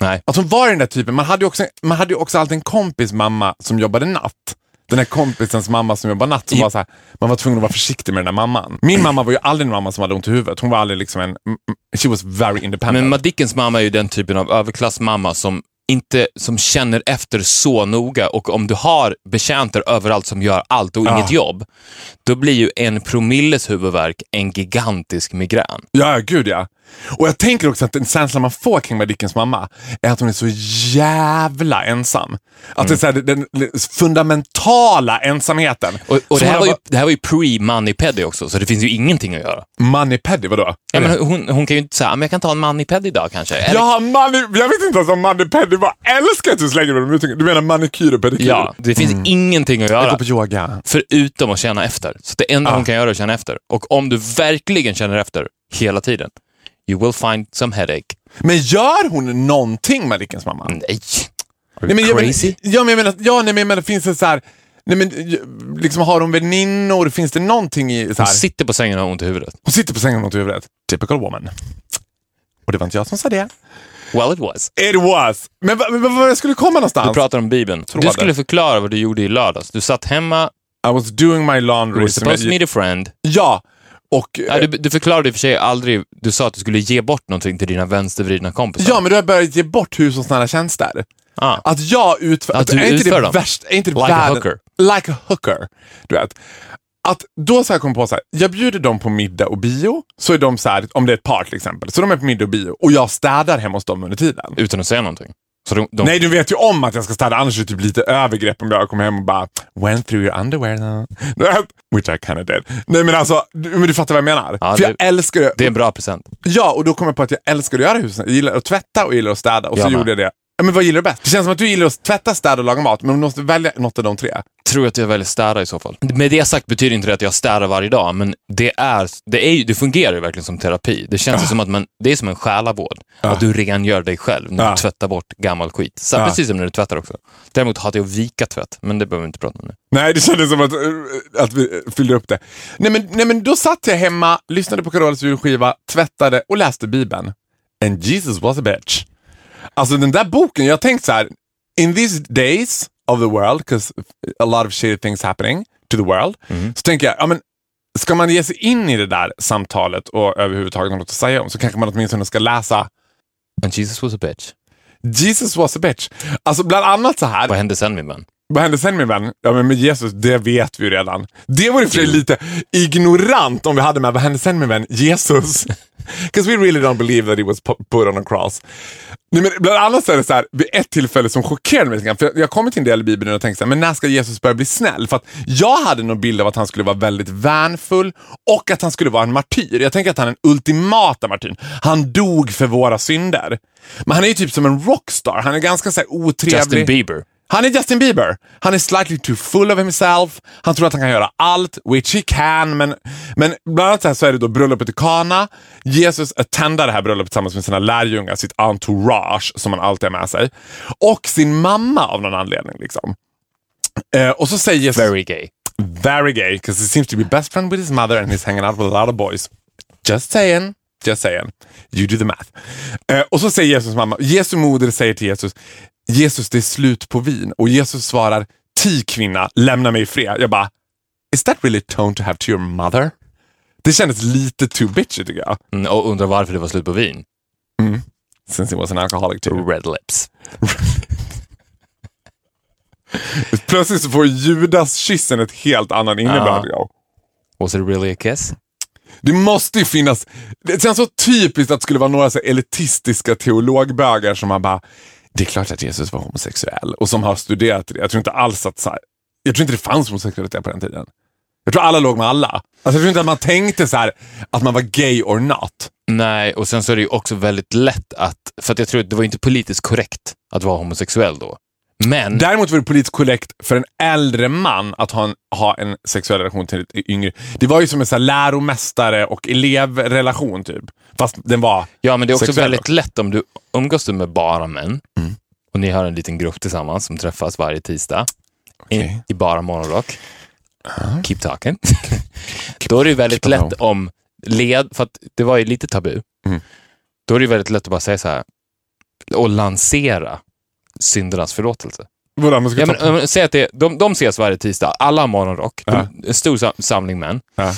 Speaker 2: Nej.
Speaker 1: Att hon var den där typen. Man hade ju också, man hade ju också alltid en kompis mamma som jobbade natt. Den här kompisens mamma som jobbade natt. Som
Speaker 2: I-
Speaker 1: var så här, man var tvungen att vara försiktig med den där mamman. Min mamma var ju aldrig en mamma som hade ont i huvudet. Hon var aldrig liksom en... mm, mm, She was very independent.
Speaker 2: Men Madickens mamma är ju den typen av överklassmamma som inte som känner efter så noga och om du har betjänter överallt som gör allt och
Speaker 1: Ja.
Speaker 2: inget jobb, då blir ju en promilles huvudvärk en gigantisk migrän.
Speaker 1: Ja, ja, gud ja. Och jag tänker också att den känslan man får kring Madickens mamma är att hon är så jävla ensam. Att det är så här, den, den fundamentala ensamheten.
Speaker 2: Och, och det,
Speaker 1: Som
Speaker 2: här
Speaker 1: hon
Speaker 2: var ju,
Speaker 1: bara,
Speaker 2: det här var ju pre-money peddy också, så det finns ju ingenting att göra.
Speaker 1: Money Paddy, vadå?
Speaker 2: Ja, men hon, hon kan ju inte säga, "Ah, men jag kan ta en money peddy idag kanske. Eller-
Speaker 1: Ja, money, jag vet inte ens om Money Paddy var. Älskar att du slänger med de uttrycken. Du menar manikyr och pedikyr?
Speaker 2: ja, det finns ingenting att
Speaker 1: Mm. Jag
Speaker 2: göra.
Speaker 1: går på yoga.
Speaker 2: förutom att känna efter. Så det enda hon kan göra är att känna efter. Och om du verkligen känner efter hela tiden, you will find some headache.
Speaker 1: Men gör hon någonting, Madickens mamma?
Speaker 2: Nej. Are
Speaker 1: Nej, men
Speaker 2: you
Speaker 1: jag
Speaker 2: Mm. crazy?
Speaker 1: Men, ja, men jag menar, ja, nej, men jag menar, finns det så här... Nej, men, liksom, har hon väninnor? Finns det någonting i... Så här?
Speaker 2: Hon sitter på sängen och har ont i huvudet.
Speaker 1: Hon sitter på sängen mot huvudet. Typical woman. Och det var inte jag som sa det.
Speaker 2: Well it was.
Speaker 1: It was! Men vad va, va, jag skulle komma någonstans?
Speaker 2: Du pratar om Bibeln.
Speaker 1: Tråden.
Speaker 2: Du skulle förklara vad du gjorde i lördags. Du satt hemma,
Speaker 1: I was doing my
Speaker 2: you
Speaker 1: laundry.
Speaker 2: were
Speaker 1: som jag-
Speaker 2: supposed to meet a friend.
Speaker 1: Ja! Och,
Speaker 2: Ja, du, du förklarade i och för sig aldrig, du sa att du skulle ge bort någonting till dina vänstervridna kompisar.
Speaker 1: ja, men du har jag börjat ge bort hushållsnära tjänster.
Speaker 2: Ah.
Speaker 1: Att jag utför...
Speaker 2: Att du
Speaker 1: är inte
Speaker 2: utför
Speaker 1: det
Speaker 2: dem.
Speaker 1: värst, är inte det
Speaker 2: Like a
Speaker 1: världen-
Speaker 2: hooker.
Speaker 1: Like a hooker. Du vet. Att då så här kom jag på så här, jag bjuder dem på middag och bio, så är de så här, om det är ett par till exempel, så de är på middag och bio och jag städar hemma hos dem under tiden.
Speaker 2: Utan att säga någonting. Så de, de,
Speaker 1: Nej, du vet ju om att jag ska städa, annars är det typ lite övergrepp om jag kommer hem och bara went through your underwear now. [laughs] Which I kinda did. Nej men alltså, du, men du fattar vad jag menar.
Speaker 2: Ja,
Speaker 1: För
Speaker 2: det-
Speaker 1: jag älskar det.
Speaker 2: Det är en bra present.
Speaker 1: Ja, och då kom jag på att jag älskar att göra husen. Jag gillar att tvätta och gillar att städa och så
Speaker 2: Jag med.
Speaker 1: gjorde jag det. Ja, Men vad gillar du bäst? Det känns som att du gillar att tvätta, städa och laga mat, men du måste välja något av de tre.
Speaker 2: tror att jag väljer städa i så fall. Med det sagt betyder inte det att jag städar varje dag, men det, är, det, är, ju- det fungerar ju verkligen som terapi. Det känns ju som att man, det är som en själavård. Att du rengör dig själv när
Speaker 1: Ja.
Speaker 2: du tvättar bort gammal skit. Så,
Speaker 1: Ja.
Speaker 2: Precis som när du tvättar också. Däremot hatar jag att vika tvätt, men det behöver vi inte prata om nu.
Speaker 1: Nej, det kändes som att, eh, att vi eh, fyllde upp det. Nej men, nej, men då satt jag hemma, lyssnade på Carolas julskiva, tvättade och läste Bibeln. And Jesus was a bitch. Alltså den där boken, jag har tänkt så här. In these days of the world, 'cause a lot of shitty things happening to the world, så tänker jag, ja men ska man ge sig in i det där samtalet och överhuvudtaget ha något att säga om så kanske man åtminstone ska läsa
Speaker 2: And Jesus was a bitch.
Speaker 1: Jesus was a bitch. Alltså bland annat så här.
Speaker 2: Vad hände sen min vän?
Speaker 1: Vad hände sen min vän? Ja men med Jesus, det vet vi ju redan. Det vore för sig lite ignorant om vi hade med, vad hände sen min vän? Jesus. Because we really don't believe that he was pu- put on a cross. Nej, men bland annat så är det så här, vid ett tillfälle som chockerade mig lite grann, för jag- jag kom till en del i Bibeln och tänkte så här, men när ska Jesus börja bli snäll? För att jag hade någon bild av att han skulle vara väldigt vänfull och att han skulle vara en martyr. Jag tänker att han är den ultimata martyren. Han dog för våra synder. Men han är ju typ som en rockstar. Han är ganska så här otrevlig.
Speaker 2: Justin Bieber.
Speaker 1: Han är Justin Bieber. Han är slightly too full of himself. Han tror att han kan göra allt, which he can. Men, men bland annat så, här så är det då bröllopet i Kana. Jesus attendar det här bröllopet tillsammans med sina lärjungar, sitt entourage som han alltid har med sig. Och sin mamma av någon anledning. liksom. Eh, och så säger Jesus...
Speaker 2: Very gay.
Speaker 1: very gay, because he seems to be best friend with his mother and he's hanging out with a lot of boys. Just saying. Just saying. You do the math. Eh, och så säger Jesus mamma, Jesu moder säger till Jesus, Jesus det är slut på vin. Och Jesus svarar, ti kvinna, lämna mig i fred. Jag bara, is that really a tone to have to your mother? Det kändes lite too bitchy tycker jag.
Speaker 2: Mm, och undrar varför det var slut på vin.
Speaker 1: Since he was an alcoholic too.
Speaker 2: Red lips.
Speaker 1: Plötsligt så får Judas kyssen ett helt annan innebörd. ja.
Speaker 2: Was it really a kiss?
Speaker 1: Det måste ju finnas... Det känns så typiskt att det skulle vara några så här elitistiska teologbögar som man bara, det är klart att Jesus var homosexuell och som har studerat det. Jag tror inte alls att så här, jag tror inte det fanns homosexualitet på den tiden. Jag tror alla låg med alla. Alltså, jag tror inte att man tänkte så här att man var gay or not.
Speaker 2: Nej, och sen så är det ju också väldigt lätt att... För att jag tror att det var inte politiskt korrekt att vara homosexuell då. Men...
Speaker 1: Däremot var det politiskt korrekt för en äldre man att ha en, ha en sexuell relation till ett yngre. Det var ju som en så här läromästare och elevrelation typ. Fast den var
Speaker 2: Ja, men det är också
Speaker 1: sexuell
Speaker 2: väldigt lätt om du umgås du med bara män
Speaker 1: Mm.
Speaker 2: och ni har en liten grupp tillsammans som träffas varje tisdag i,
Speaker 1: Okej. Ah.
Speaker 2: i bara morgonrock. Keep talking. [laughs] Då är det ju
Speaker 1: [laughs]
Speaker 2: väldigt
Speaker 1: keep it
Speaker 2: lätt om led, för att det var ju lite tabu.
Speaker 1: Mm.
Speaker 2: Då är det ju väldigt lätt att bara säga så här och lansera syndernas förlåtelse.
Speaker 1: då. Vadå, man ska
Speaker 2: Ja,
Speaker 1: ta-
Speaker 2: men, eh, men, säg att det, de, de ses varje tisdag, alla har morgonrock,
Speaker 1: Ja.
Speaker 2: de, en stor sam- samling män.
Speaker 1: Ja.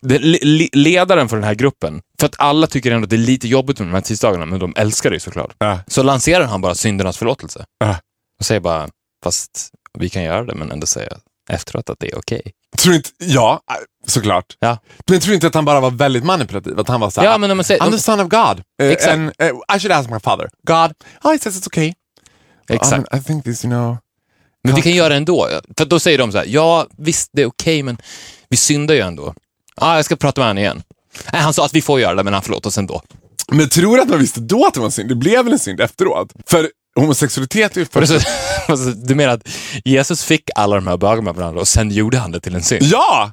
Speaker 2: Den, le- le, ledaren för den här gruppen, för att alla tycker ändå att det är lite jobbigt med de här tisdagarna, men de älskar det ju såklart.
Speaker 1: Ja.
Speaker 2: Så lanserar han bara syndernas förlåtelse.
Speaker 1: Ja.
Speaker 2: Och säger bara, fast vi kan göra det, men ändå säga efteråt att det är okej.
Speaker 1: Tror inte, ja, äh, såklart.
Speaker 2: Ja.
Speaker 1: Men tror inte att han bara var väldigt manipulativ? Att han var såhär,
Speaker 2: Ja, men om man säger-
Speaker 1: I'm the son of God. Eh,
Speaker 2: Exakt.
Speaker 1: And, eh, I should ask my father. God, oh, he says it's okay. Um,
Speaker 2: Exakt.
Speaker 1: I, I think this, you know.
Speaker 2: Men vi
Speaker 1: Ja.
Speaker 2: kan göra det ändå. För då säger de så här, ja visst det är okej men vi syndar ju ändå. Ja, jag ska prata med honom igen. Nej, han sa att vi får göra det men han förlåter oss ändå.
Speaker 1: Men tror du att man visste då att det var en synd? Det blev väl en synd efteråt? För homosexualitet är ju
Speaker 2: Och
Speaker 1: för...
Speaker 2: [laughs] så, och så, du menar att Jesus fick alla de här bögarna med varandra och sen gjorde han det till en synd?
Speaker 1: Ja!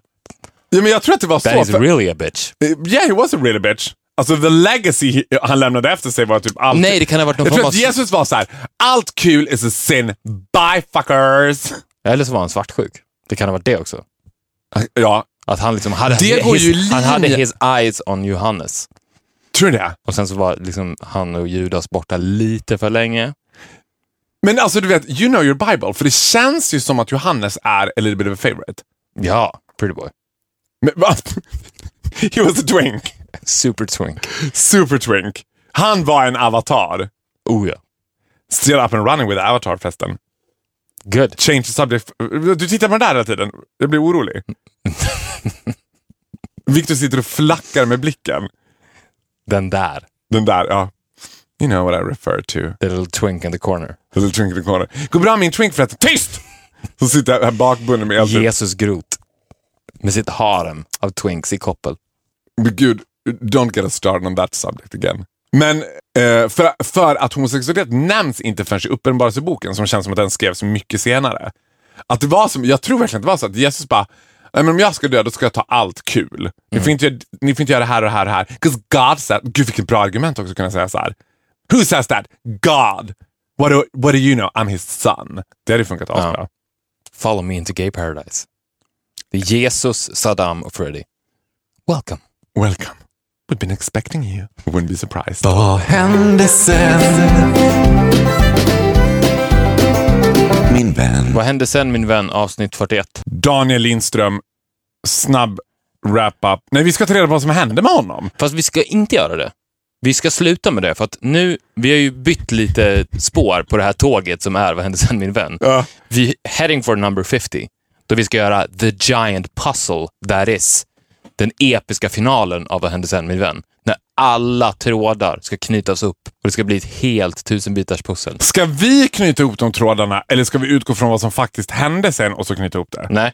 Speaker 1: ja! men jag tror att det var
Speaker 2: That
Speaker 1: så.
Speaker 2: is
Speaker 1: För,
Speaker 2: really a bitch.
Speaker 1: Eh, yeah, he was a really bitch. Alltså the legacy he- han lämnade efter sig var typ allt.
Speaker 2: Nej, det kan ha varit någon
Speaker 1: jag
Speaker 2: form
Speaker 1: tror
Speaker 2: av...
Speaker 1: att Jesus var så här. allt kul is a sin, bye fuckers.
Speaker 2: Eller så var han svartsjuk. Det kan ha varit det också.
Speaker 1: Ja,
Speaker 2: Att han liksom hade...
Speaker 1: Det går
Speaker 2: his,
Speaker 1: ju i
Speaker 2: Han hade
Speaker 1: linje.
Speaker 2: his eyes on Johannes.
Speaker 1: tror du det?
Speaker 2: Och sen så var liksom han och Judas borta lite för länge.
Speaker 1: Men alltså du vet, you know your bible. För det känns ju som att Johannes är a little bit of a favorite.
Speaker 2: Ja, pretty boy.
Speaker 1: Men, va? [laughs] He was a twink.
Speaker 2: Super twink.
Speaker 1: Super twink. Han var en avatar.
Speaker 2: Oh ja.
Speaker 1: Still up and running with avatar förresten.
Speaker 2: Good.
Speaker 1: Change the subject. Du tittar på den där hela tiden. Jag blir orolig. Victor sitter och flackar med blicken.
Speaker 2: Den där.
Speaker 1: Den där, ja. You know what I refer to.
Speaker 2: The little twink in the corner.
Speaker 1: The little twink in the corner. Gå bra min twink förresten. Tyst! Så sitter jag här bakbunden med elden.
Speaker 2: Jesus grot. Med sitt harem av twinks i koppel.
Speaker 1: Men gud, don't get us started on that subject again. Men eh, för, för att homosexualitet nämns inte förrän i Uppenbarelseboken som känns som att den skrevs mycket senare. Att det var som, jag tror verkligen att det var så att Jesus bara, Nej, men om jag ska dö då ska jag ta allt kul. Ni, får inte, göra- ni får inte göra det här och det här och det här. 'Cause God said, gud vilket bra argument också att kunna säga så här. Who says that? God! What do, what do you know? I'm his son. Det hade ju funkat asbra.
Speaker 2: Follow me into gay paradise. Det är Jesus, Saddam och Freddy. Welcome.
Speaker 1: Welcome. We've been expecting you. We wouldn't be surprised.
Speaker 3: Vad hände sen? Min vän.
Speaker 2: Vad hände sen min vän, avsnitt 41?
Speaker 1: Daniel Lindström, snabb wrap-up. Nej, vi ska ta reda på vad som hände med honom.
Speaker 2: Fast vi ska inte göra det. Vi ska sluta med det, för att nu, vi har ju bytt lite spår på det här tåget som är Vad hände sen min vän?
Speaker 1: Ja.
Speaker 2: Vi är heading for number 50, då vi ska göra the giant puzzle that is den episka finalen av Vad hände sen min vän? När alla trådar ska knytas upp och det ska bli ett helt tusenbitars pussel.
Speaker 1: Ska vi knyta ihop de trådarna eller ska vi utgå från vad som faktiskt hände sen och så knyta ihop det?
Speaker 2: Nej,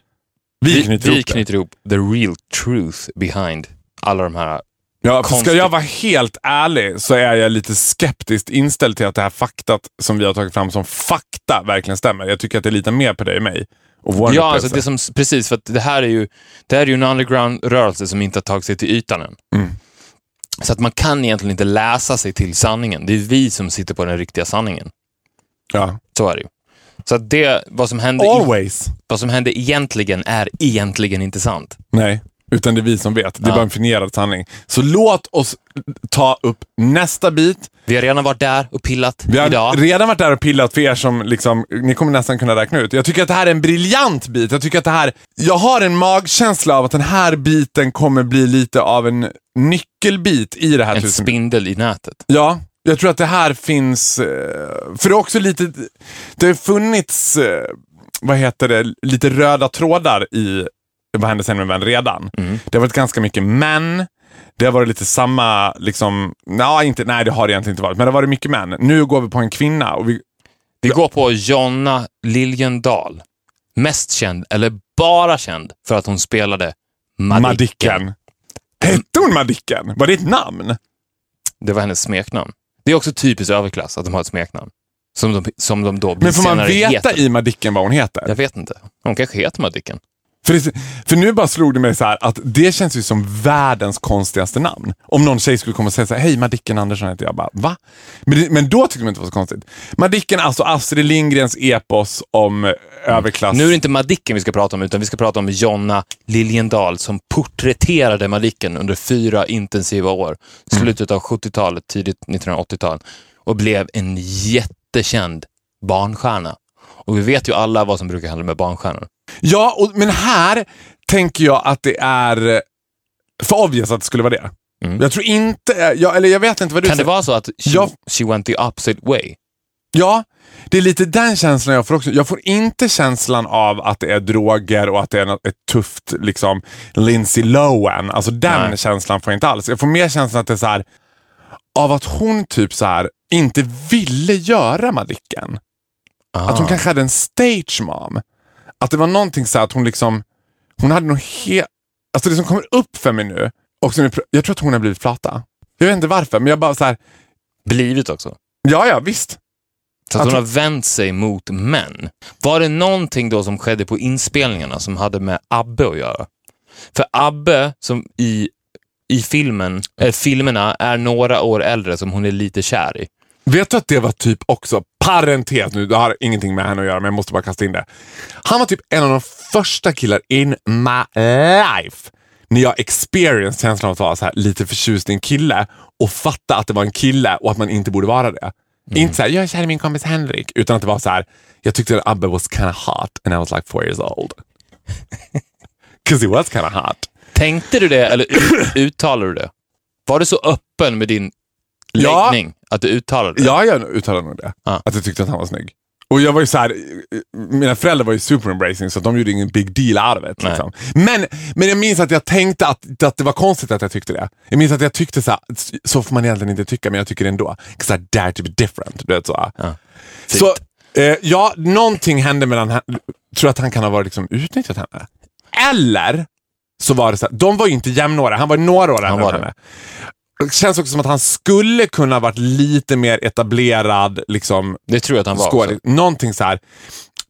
Speaker 1: Vi,
Speaker 2: vi,
Speaker 1: knyter
Speaker 2: vi
Speaker 1: ihop
Speaker 2: knyter ihop the real truth behind alla de här
Speaker 1: det. Ja, för ska
Speaker 2: konstigt.
Speaker 1: jag vara helt ärlig så är jag lite skeptiskt inställd till att det här faktat som vi har tagit fram som fakta verkligen stämmer. Jag tycker att det litar mer på dig och mig. Och vår
Speaker 2: Ja, alltså
Speaker 1: upplevelse.
Speaker 2: det som, precis, för att det här är ju, det här är ju en underground-rörelse som inte har tagit sig till ytan än.
Speaker 1: Mm.
Speaker 2: Så att man kan egentligen inte läsa sig till sanningen. Det är vi som sitter på den riktiga sanningen.
Speaker 1: ja.
Speaker 2: Så är det ju. Så att det, vad som hände, i,
Speaker 1: Always.
Speaker 2: vad som hände egentligen är egentligen inte sant.
Speaker 1: Nej, utan det är vi som vet. Det är
Speaker 2: Ja.
Speaker 1: bara en finierad sanning. Så låt oss ta upp nästa bit
Speaker 2: Vi har redan varit där och pillat
Speaker 1: Vi har
Speaker 2: idag.
Speaker 1: redan varit där och pillat för er som liksom, ni kommer nästan kunna räkna ut. Jag tycker att det här är en briljant bit. Jag tycker att det här, jag har en magkänsla av att den här biten kommer bli lite av en nyckelbit i det här
Speaker 2: en
Speaker 1: tusen-
Speaker 2: spindel i nätet.
Speaker 1: Ja, jag tror att det här finns, eh, för det är också lite, det har funnits, eh, vad heter det, lite röda trådar i Vad hände sen med vän redan.
Speaker 2: Mm.
Speaker 1: Det har varit ganska mycket män, det har varit lite samma, liksom, nej, inte, nej det har det egentligen inte varit, men det har varit mycket män. Nu går vi på en kvinna och vi,
Speaker 2: Vi går på Jonna Liljendahl. Mest känd, eller bara känd, för att hon spelade Madicken.
Speaker 1: Madicken. Hette hon Madicken? Var det ett namn?
Speaker 2: Det var hennes smeknamn. Det är också typiskt överklass att de har ett smeknamn. Som de, som de då blir
Speaker 1: Men får man
Speaker 2: senare
Speaker 1: veta
Speaker 2: heter.
Speaker 1: Ima Dicken vad hon heter?
Speaker 2: Jag vet inte. Hon kanske heter Madicken.
Speaker 1: För, det, för nu bara slog det mig så här att det känns ju som världens konstigaste namn. Om någon tjej skulle komma och säga så här, hej Madicken Andersson heter jag. jag. bara, va? Men, det, men då tyckte de inte det var så konstigt. Madicken, alltså Astrid Lindgrens epos om eh, överklass.
Speaker 2: Nu är det inte Madicken vi ska prata om, utan vi ska prata om Jonna Liljendahl som porträtterade Madicken under fyra intensiva år. Slutet av 70-talet, tidigt 1980-tal. Och blev en jättekänd barnstjärna. Och vi vet ju alla vad som brukar hända med barnstjärnor.
Speaker 1: Ja, och, men här tänker jag att det är eh, för obvious att det skulle vara det.
Speaker 2: Mm.
Speaker 1: Jag tror inte, eh, jag, eller jag vet inte vad du
Speaker 2: Kan det
Speaker 1: säger.
Speaker 2: vara så att she,
Speaker 1: Ja.
Speaker 2: she went the opposite way?
Speaker 1: Ja, det är lite den känslan jag får också. Jag får inte känslan av att det är droger och att det är något, ett tufft liksom, Lindsay Lohan. Alltså den
Speaker 2: Nej.
Speaker 1: känslan får jag inte alls. Jag får mer känslan att det är så här, av att hon typ så här inte ville göra Madicken. Att hon kanske hade en stage mom. Att det var någonting så här att hon liksom, hon hade något helt, alltså det som kommer upp för mig nu, och som jag, pr- jag tror att hon har blivit flata. Jag vet inte varför, men jag bara så här,
Speaker 2: Blivit också.
Speaker 1: ja ja visst.
Speaker 2: Så att
Speaker 1: Att
Speaker 2: hon har
Speaker 1: hon-
Speaker 2: vänt sig mot män. Var det någonting då som skedde på inspelningarna som hade med Abbe att göra? För Abbe, som i, i filmen, äh, filmerna, är några år äldre som hon är lite kär i.
Speaker 1: Vet du att det var typ också, parentes nu, det har ingenting med henne att göra men jag måste bara kasta in det. Han var typ en av de första killar in my life när jag experienced känslan av att vara så här, lite förtjust i en kille och fatta att det var en kille och att man inte borde vara det. Inte såhär, jag är kär i min kompis Henrik, utan att det var så här, jag tyckte att Abbe was kinda hot and I was like four years old. [laughs] Cause he was kinda hot.
Speaker 2: Tänkte du det eller
Speaker 1: [coughs]
Speaker 2: ut, uttalade du det? Var du så öppen med din
Speaker 1: Ja.
Speaker 2: läggning att du uttalade det?
Speaker 1: Ja, jag uttalade nog det.
Speaker 2: Ja.
Speaker 1: Att jag tyckte att han var snygg. Och jag var ju så här, mina föräldrar var ju super embracing så att de gjorde ingen big deal out of it.
Speaker 2: Nej.
Speaker 1: Liksom. Men, men jag minns att jag tänkte att, att det var konstigt att jag tyckte det. Jag minns att jag tyckte så här, så får man egentligen inte tycka men jag tycker det ändå. 'Cause I dare to be different. Du vet så.
Speaker 2: Ja. Typ.
Speaker 1: så eh, ja, någonting hände mellan han, tror att han kan ha varit liksom utnyttjat henne. Eller så var det så här, de var ju inte jämnåriga, han var ju några år äldre
Speaker 2: var
Speaker 1: än
Speaker 2: det.
Speaker 1: henne. Det känns också som att han skulle kunna ha varit lite mer etablerad liksom,
Speaker 2: Det tror jag att han var. också.
Speaker 1: skådis. Någonting så här.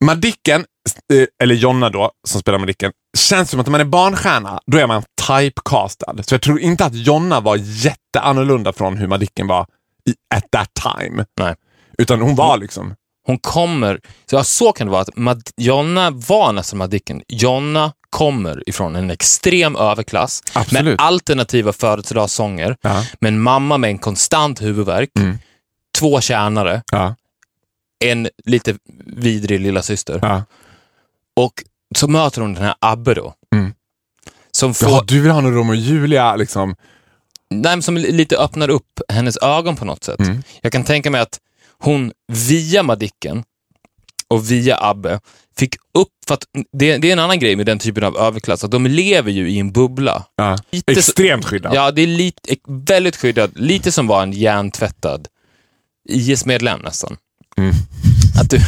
Speaker 1: Madicken, eh, eller Jonna då, som spelar Madicken, känns som att när man är barnstjärna, då är man typecastad. Så jag tror inte att Jonna var jätteannorlunda från hur Madicken var i, at that time.
Speaker 2: Nej. Mm.
Speaker 1: Utan hon var liksom...
Speaker 2: Hon kommer... Så, ja, så kan det vara. att Mad, Jonna var nästan Madicken. Jonna kommer ifrån en extrem överklass med
Speaker 1: Absolut.
Speaker 2: alternativa födelsedagssånger,
Speaker 1: Ja.
Speaker 2: med en mamma med en konstant huvudvärk,
Speaker 1: Mm.
Speaker 2: två tjänare,
Speaker 1: Ja.
Speaker 2: en lite vidrig lilla syster.
Speaker 1: Ja.
Speaker 2: Och så möter hon den här Abbe då.
Speaker 1: Mm.
Speaker 2: Som, får,
Speaker 1: Jaha, du vill ha någon Romeo och Julia liksom.
Speaker 2: nej, men som li- lite öppnar upp hennes ögon på något sätt.
Speaker 1: Mm.
Speaker 2: Jag kan tänka mig att hon via Madicken och via Abbe fick upp, för att det, det är en annan grej med den typen av överklass, att de lever ju i en bubbla.
Speaker 1: Ja.
Speaker 2: Lite så-
Speaker 1: Extremt skyddad.
Speaker 2: Ja, det är lite, väldigt skyddat. Lite som var en hjärntvättad IS-medlem nästan.
Speaker 1: Mm.
Speaker 2: Att du,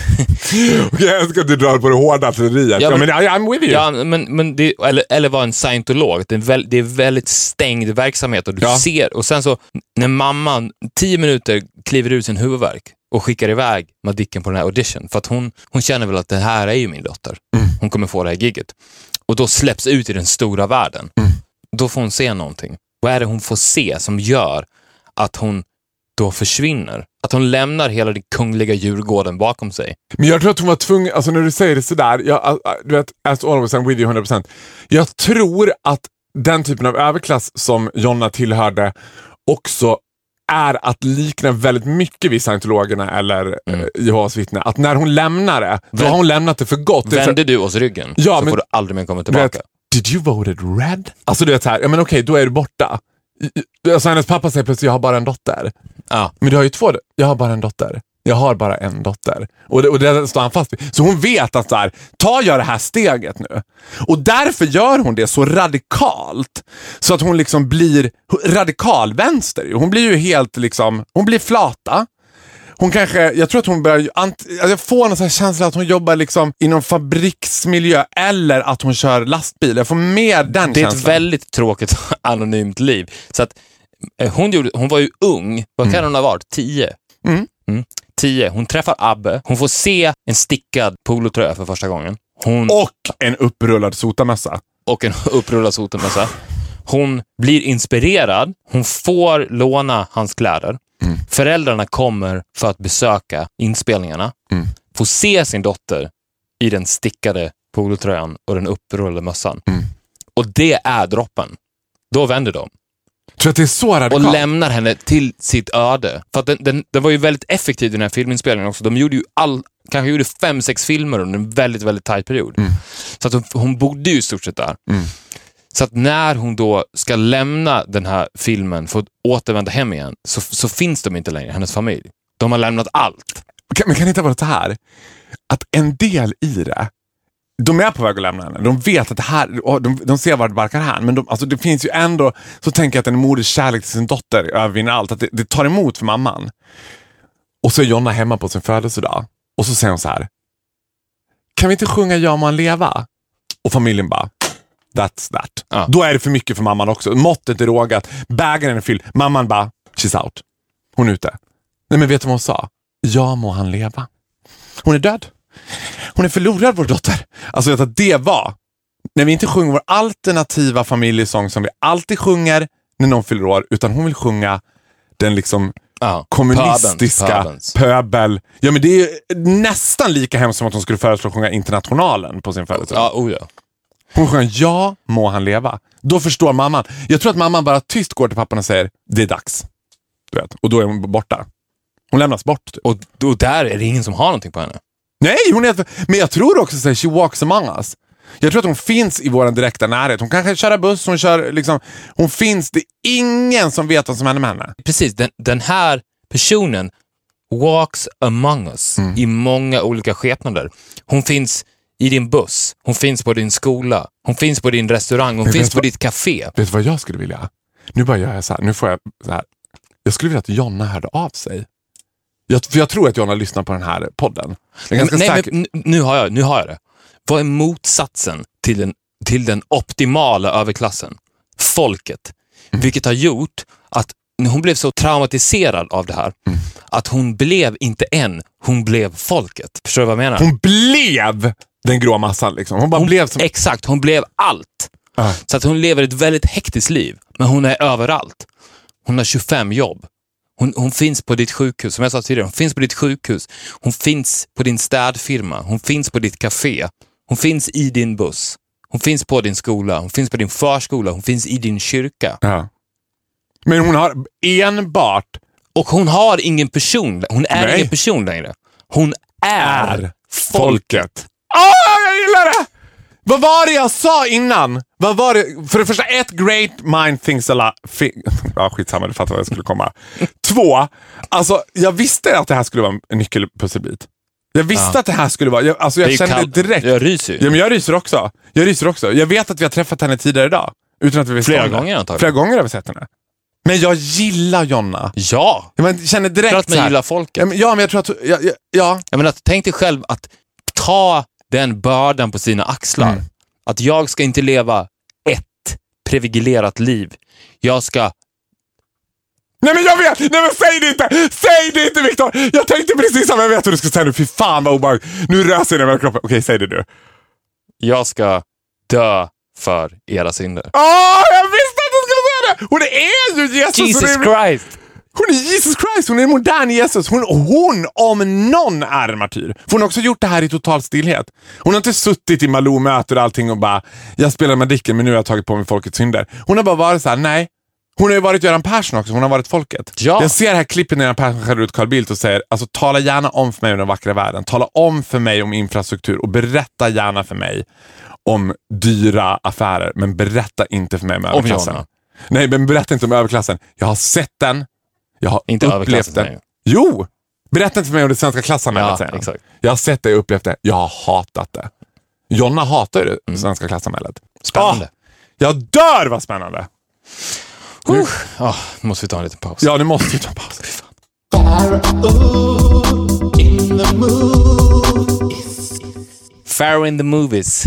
Speaker 1: Jag älskar att du drar på det hårda artilleriet.
Speaker 2: Ja,
Speaker 1: Ja, men,
Speaker 2: men-
Speaker 1: I, I'm with you.
Speaker 2: ja, men, men det, eller, eller var en scientolog. Det är, väl, det är väldigt stängd verksamhet och du
Speaker 1: Ja.
Speaker 2: ser. Och sen så när mamman tio minuter kliver ur sin huvudvärk och skickar iväg Madicken på den här audition. För att hon, hon känner väl att det här är ju min dotter.
Speaker 1: Mm.
Speaker 2: Hon kommer få det här gigget. Och då släpps ut i den stora världen.
Speaker 1: Mm.
Speaker 2: Då får hon se någonting. Vad är det hon får se som gör att hon då försvinner? Att hon lämnar hela den kungliga Djurgården bakom sig.
Speaker 1: Men jag tror att hon var tvungen, alltså när du säger det sådär, jag, äh, äh, du vet, as always I'm with you 100%. Jag tror att den typen av överklass som Jonna tillhörde också är att likna väldigt mycket vid scientologerna eller mm. Jehovas vittnen. Att när hon lämnar det, då
Speaker 2: Vänd-
Speaker 1: har hon lämnat det för gott. Det är så-
Speaker 2: Vänder du oss ryggen
Speaker 1: Ja,
Speaker 2: så
Speaker 1: men-
Speaker 2: får du aldrig mer komma
Speaker 1: du vet,
Speaker 2: tillbaka.
Speaker 1: Did you voted red? Alltså du vet såhär, ja men okej, då är du borta. I- i- Alltså hennes pappa säger plötsligt, jag har bara en dotter.
Speaker 2: Ja.
Speaker 1: Men du har ju två, jag har bara en dotter. Jag har bara en dotter. Och det, och det står han fast vid. Så hon vet att så här, ta jag det här steget nu. Och därför gör hon det så radikalt. Så att hon liksom blir radikal vänster. ju. Hon blir ju helt liksom, hon blir flata. Hon kanske, jag tror att hon börjar, ju ant- alltså jag får en sån här känsla att hon jobbar liksom inom fabriksmiljö eller att hon kör lastbil. Jag får mer den
Speaker 2: Det är ett
Speaker 1: känslan.
Speaker 2: [laughs] väldigt tråkigt anonymt liv. Så att eh, hon, gjorde, hon var ju ung. Vad kan hon ha varit? Tio?
Speaker 1: Mm.
Speaker 2: Mm. Tio. Hon träffar Abbe. Hon får se en stickad polotröja för första gången. Hon
Speaker 1: Och en upprullad sotamössa.
Speaker 2: och en [laughs] upprullad sotenmössa. Hon blir inspirerad. Hon får låna hans kläder.
Speaker 1: Mm.
Speaker 2: Föräldrarna kommer för att besöka inspelningarna.
Speaker 1: Mm.
Speaker 2: Får se sin dotter i den stickade polotröjan och den upprullade mössan.
Speaker 1: Mm.
Speaker 2: Och det är droppen. Då vänder de
Speaker 1: Tror att det är så
Speaker 2: och
Speaker 1: radikalt?
Speaker 2: lämnar henne till sitt öde. För att den, den, den var ju väldigt effektiv den här filminspelningen också. De gjorde ju all, kanske gjorde fem, sex filmer under en väldigt, väldigt tight period. Så att hon, hon bodde ju i stort sett där.
Speaker 1: Mm.
Speaker 2: Så att när hon då ska lämna den här filmen för att återvända hem igen så, så finns de inte längre, hennes familj. De har lämnat allt.
Speaker 1: Kan, men kan det inte vara så här? Att en del i det, de är på väg att lämna henne. De vet att det här, och de, de ser vart det barkar hän. Men de, alltså det finns ju ändå, så tänker jag att en moders kärlek till sin dotter övervinner allt. Att det, det tar emot för mamman. Och så är Jonna hemma på sin födelsedag. Och så säger hon så här. Kan vi inte sjunga Ja man leva? Och familjen bara. That's that.
Speaker 2: Ja.
Speaker 1: Då är det för mycket för mamman också. Måttet är rågat, bägaren är fylld. Mamman bara, she's out. Hon är ute. Nej men vet du vad hon sa? Ja må han leva. Hon är död. Hon är förlorad vår dotter. Alltså vet att det var, när vi inte sjunger vår alternativa familjesång som vi alltid sjunger när någon fyller år, utan hon vill sjunga den liksom
Speaker 2: Ja.
Speaker 1: kommunistiska
Speaker 2: Pöbelns, pöbelns.
Speaker 1: pöbel. Ja men det är ju nästan lika hemskt som att hon skulle föreslå att sjunga Internationalen på sin födelsedag.
Speaker 2: Ja, oh ja.
Speaker 1: Hon sjöng Ja må han leva. Då förstår mamman. Jag tror att mamman bara tyst går till pappan och säger det är dags. Du vet. Och då är hon borta. Hon lämnas bort. Typ.
Speaker 2: Och, och där är det ingen som har någonting på henne.
Speaker 1: Nej, hon är... men jag tror också så här, she walks among us. Jag tror att hon finns i vår direkta närhet. Hon kanske kör buss, hon kör liksom... Hon finns. Det är ingen som vet vad som händer med henne.
Speaker 2: precis, den, den här personen walks among us
Speaker 1: Mm.
Speaker 2: i många olika skepnader. Hon finns i din buss, hon finns på din skola, hon finns på din restaurang, hon
Speaker 1: Men
Speaker 2: finns
Speaker 1: vet
Speaker 2: på
Speaker 1: vad-
Speaker 2: ditt café.
Speaker 1: Vet du vad jag skulle vilja? Nu bara gör jag så här. Nu får jag så här. Jag skulle vilja att Jonna hörde av sig. Jag, för jag tror att Jonna lyssnar på den här podden. Jag är ganska
Speaker 2: Nej,
Speaker 1: säker.
Speaker 2: men, n- nu, har jag, nu har jag det. Vad är motsatsen till den, till den optimala överklassen? Folket.
Speaker 1: Mm.
Speaker 2: Vilket har gjort att hon blev så traumatiserad av det här
Speaker 1: Mm.
Speaker 2: att hon blev inte en, hon blev folket. Förstår du vad jag menar?
Speaker 1: Hon blev den grå massan. Liksom. Hon bara blev som...
Speaker 2: Exakt, hon blev allt.
Speaker 1: Ja.
Speaker 2: Så att hon lever ett väldigt hektiskt liv, men hon är överallt. Hon har 25 jobb. Hon, hon finns på ditt sjukhus, som jag sa tidigare, hon finns på ditt sjukhus. Hon finns på din städfirma, hon finns på ditt café. Hon finns i din buss. Hon finns på din skola, hon finns på din förskola, hon finns i din kyrka.
Speaker 1: Ja. Men hon har enbart...
Speaker 2: Och hon har ingen person, hon är
Speaker 1: Nej.
Speaker 2: ingen person längre. Hon är,
Speaker 1: Är
Speaker 2: folk.
Speaker 1: Åh, jag gillar det! Vad var det jag sa innan? Vad var det? För det första, ett, great mind thinks a lot. Fi- [laughs] ja, skitsamma, du fattar vad jag skulle komma. Två, alltså jag visste att det här skulle vara en nyckelpusselbit. Jag visste att det här skulle vara... Jag, alltså,
Speaker 2: Det är
Speaker 1: jag kände
Speaker 2: kallt.
Speaker 1: det direkt.
Speaker 2: Jag ryser ju.
Speaker 1: Ja, men jag ryser också. Jag ryser också. Jag vet att vi har träffat henne tidigare idag. Utan att vi visste
Speaker 2: Flera
Speaker 1: om det.
Speaker 2: gånger antagligen.
Speaker 1: Flera gånger har vi sett henne. Men jag gillar Jonna.
Speaker 2: Ja,
Speaker 1: Jag känner direkt
Speaker 2: för att
Speaker 1: så
Speaker 2: man
Speaker 1: här-
Speaker 2: gillar folket.
Speaker 1: Ja, men, ja, men jag tror att... Ja, ja, ja.
Speaker 2: Jag menar, tänk dig själv att ta den bördan på sina axlar.
Speaker 1: Mm.
Speaker 2: Att jag ska inte leva ett privilegierat liv. Jag ska...
Speaker 1: Nej men jag vet! Nej men säg det inte! Säg det inte Viktor! Jag tänkte precis samma, jag vet hur du skulle säga nu. Fy fan vad obehagligt. Nu rör sig den här kroppen. Okej, säg det du.
Speaker 2: Jag ska dö för era synder.
Speaker 1: Åh, jag visste att du skulle säga det! Hon är ju Jesus! hon,
Speaker 2: Jesus
Speaker 1: är,
Speaker 2: Christ!
Speaker 1: hon är Jesus Christ! Hon är en modern Jesus. Hon, hon om någon är en martyr. För hon har också gjort det här i total stillhet. Hon har inte suttit i Malou-möten och allting och bara, jag spelar med Dicken men nu har jag tagit på mig folkets synder. Hon har bara varit så här: nej. Hon har ju varit Göran Persson också, hon har varit folket.
Speaker 2: Ja.
Speaker 1: Jag ser det här klippet när Göran Persson skäller ut Carl Bildt och säger alltså tala gärna om för mig om den vackra världen. Tala om för mig om infrastruktur och berätta gärna för mig om dyra affärer. Men berätta inte för mig om överklassen.
Speaker 2: Jonna.
Speaker 1: Nej, men berätta inte om överklassen. Jag har sett den. Jag har
Speaker 2: Inte
Speaker 1: upplevt
Speaker 2: överklassen,
Speaker 1: den.
Speaker 2: nej.
Speaker 1: Jo! Berätta inte för mig om det svenska klassamhället,
Speaker 2: Ja,
Speaker 1: säger han.
Speaker 2: exakt.
Speaker 1: Jag har sett det, jag har upplevt det. Jag har hatat det. Jonna hatar ju det svenska klassamhället.
Speaker 2: Mm. Spännande.
Speaker 1: Ah, jag dör vad spännande!
Speaker 2: Ja, nu Ah, måste vi ta en liten paus.
Speaker 1: Ah. Ja, nu måste vi ta en paus.
Speaker 2: Fair in the movies.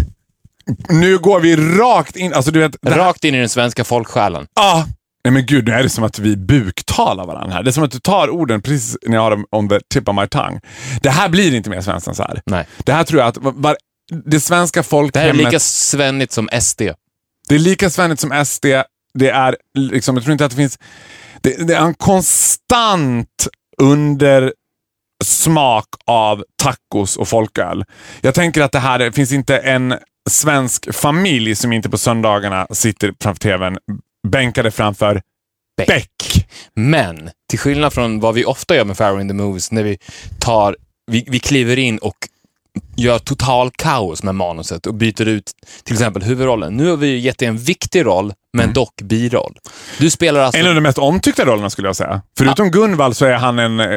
Speaker 1: Nu går vi rakt in. Alltså, du vet, det här-
Speaker 2: Rakt in i den svenska folksjälen.
Speaker 1: Ja, Nej men gud, nu är det som att vi buktalar varandra här. Det är som att du tar orden precis när jag har dem on the tip of my tongue. Det här blir inte mer svenskt än så här.
Speaker 2: Nej.
Speaker 1: Det här tror jag att var, var, det svenska
Speaker 2: Det här är
Speaker 1: folkhemmet...
Speaker 2: lika svennigt som SD.
Speaker 1: Det är lika svennigt som SD. Det är liksom, jag tror inte att det finns... Det, det är en konstant under smak av tacos och folköl. Jag tänker att det här det finns inte en svensk familj som inte på söndagarna sitter framför tvn bänkade framför
Speaker 2: Beck.
Speaker 1: Beck.
Speaker 2: Men till skillnad från vad vi ofta gör med Farrow in the Movies, när vi tar, vi, vi kliver in och gör total kaos med manuset och byter ut till exempel huvudrollen. Nu har vi gett dig en viktig roll, men
Speaker 1: Mm.
Speaker 2: dock biroll. Du spelar alltså...
Speaker 1: En av de mest omtyckta rollerna skulle jag säga. Förutom Gunvald så är han en, eh,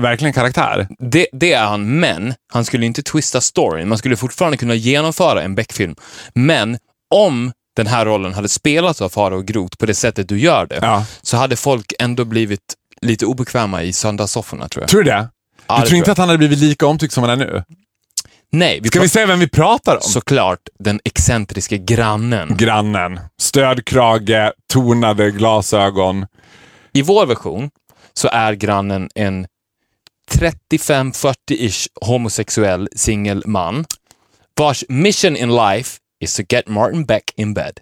Speaker 1: verkligen en karaktär.
Speaker 2: Det, det är han, men han skulle inte twista storyn. Man skulle fortfarande kunna genomföra en Beck-film. Men om den här rollen hade spelats av Farao Groth på det sättet du gör det,
Speaker 1: Ja.
Speaker 2: så hade folk ändå blivit lite obekväma i söndagssofforna, tror jag.
Speaker 1: Tror du det?
Speaker 2: Ja, det
Speaker 1: du tror
Speaker 2: tror
Speaker 1: inte
Speaker 2: jag.
Speaker 1: att han hade blivit lika omtyckt som han är nu?
Speaker 2: Nej, vi
Speaker 1: Ska vi säga vem vi pratar om?
Speaker 2: såklart den excentriske grannen.
Speaker 1: grannen. Stödkrage, tonade glasögon.
Speaker 2: I vår version så är grannen en 35-40-ish homosexuell singelman vars mission in life is to get Martin Beck in bed.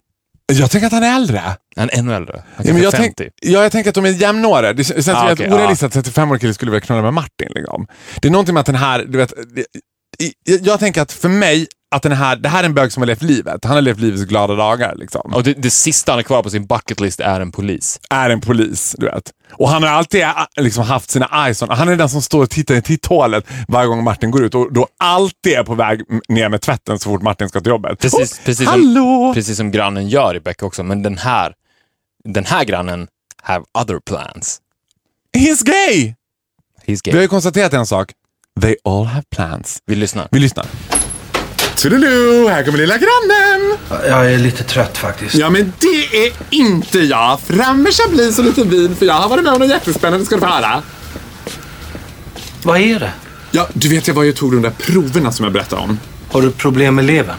Speaker 1: Jag tänker att han är äldre.
Speaker 2: Han är ännu äldre. Han
Speaker 1: Ja, men
Speaker 2: kanske
Speaker 1: jag,
Speaker 2: är 50.
Speaker 1: tänk, ja, jag tänker att de är jämnåriga. Det känns
Speaker 2: Ah,
Speaker 1: ah,
Speaker 2: okej,
Speaker 1: okay, orealistiskt att 35-årig kille skulle vilja knulla med Martin. Liksom. Det är någonting med att den här... Du vet, det- i- jag tänker att för mig, att den här, det här är en bög som har levt livet. Han har levt livets glada dagar. Liksom.
Speaker 2: Och det, det sista han har kvar på sin bucket list är en polis.
Speaker 1: är en polis, du vet. Och han har alltid ä, liksom, haft sina eyes on. Han är den som står och tittar i titthålet varje gång Martin går ut och då alltid är på väg m- ner med tvätten så fort Martin ska till jobbet.
Speaker 2: Precis, precis,
Speaker 1: hallå!
Speaker 2: som, precis som grannen gör i Beck också, men den här, den här grannen have other plans.
Speaker 1: He's gay!
Speaker 2: He's
Speaker 1: Vi har
Speaker 2: gay.
Speaker 1: ju konstaterat en sak. They all have plans.
Speaker 2: Vi lyssnar.
Speaker 1: Vi lyssnar. Tudelu, här kommer lilla grannen!
Speaker 4: Jag är lite trött faktiskt.
Speaker 1: Ja, men det är inte jag. Fram med chablis och lite vin, för jag har varit med om något jättespännande, ska du få höra.
Speaker 4: Vad är det?
Speaker 1: Ja, du vet, jag var ju och tog de där proverna som jag berättade om.
Speaker 4: Har du problem med levern?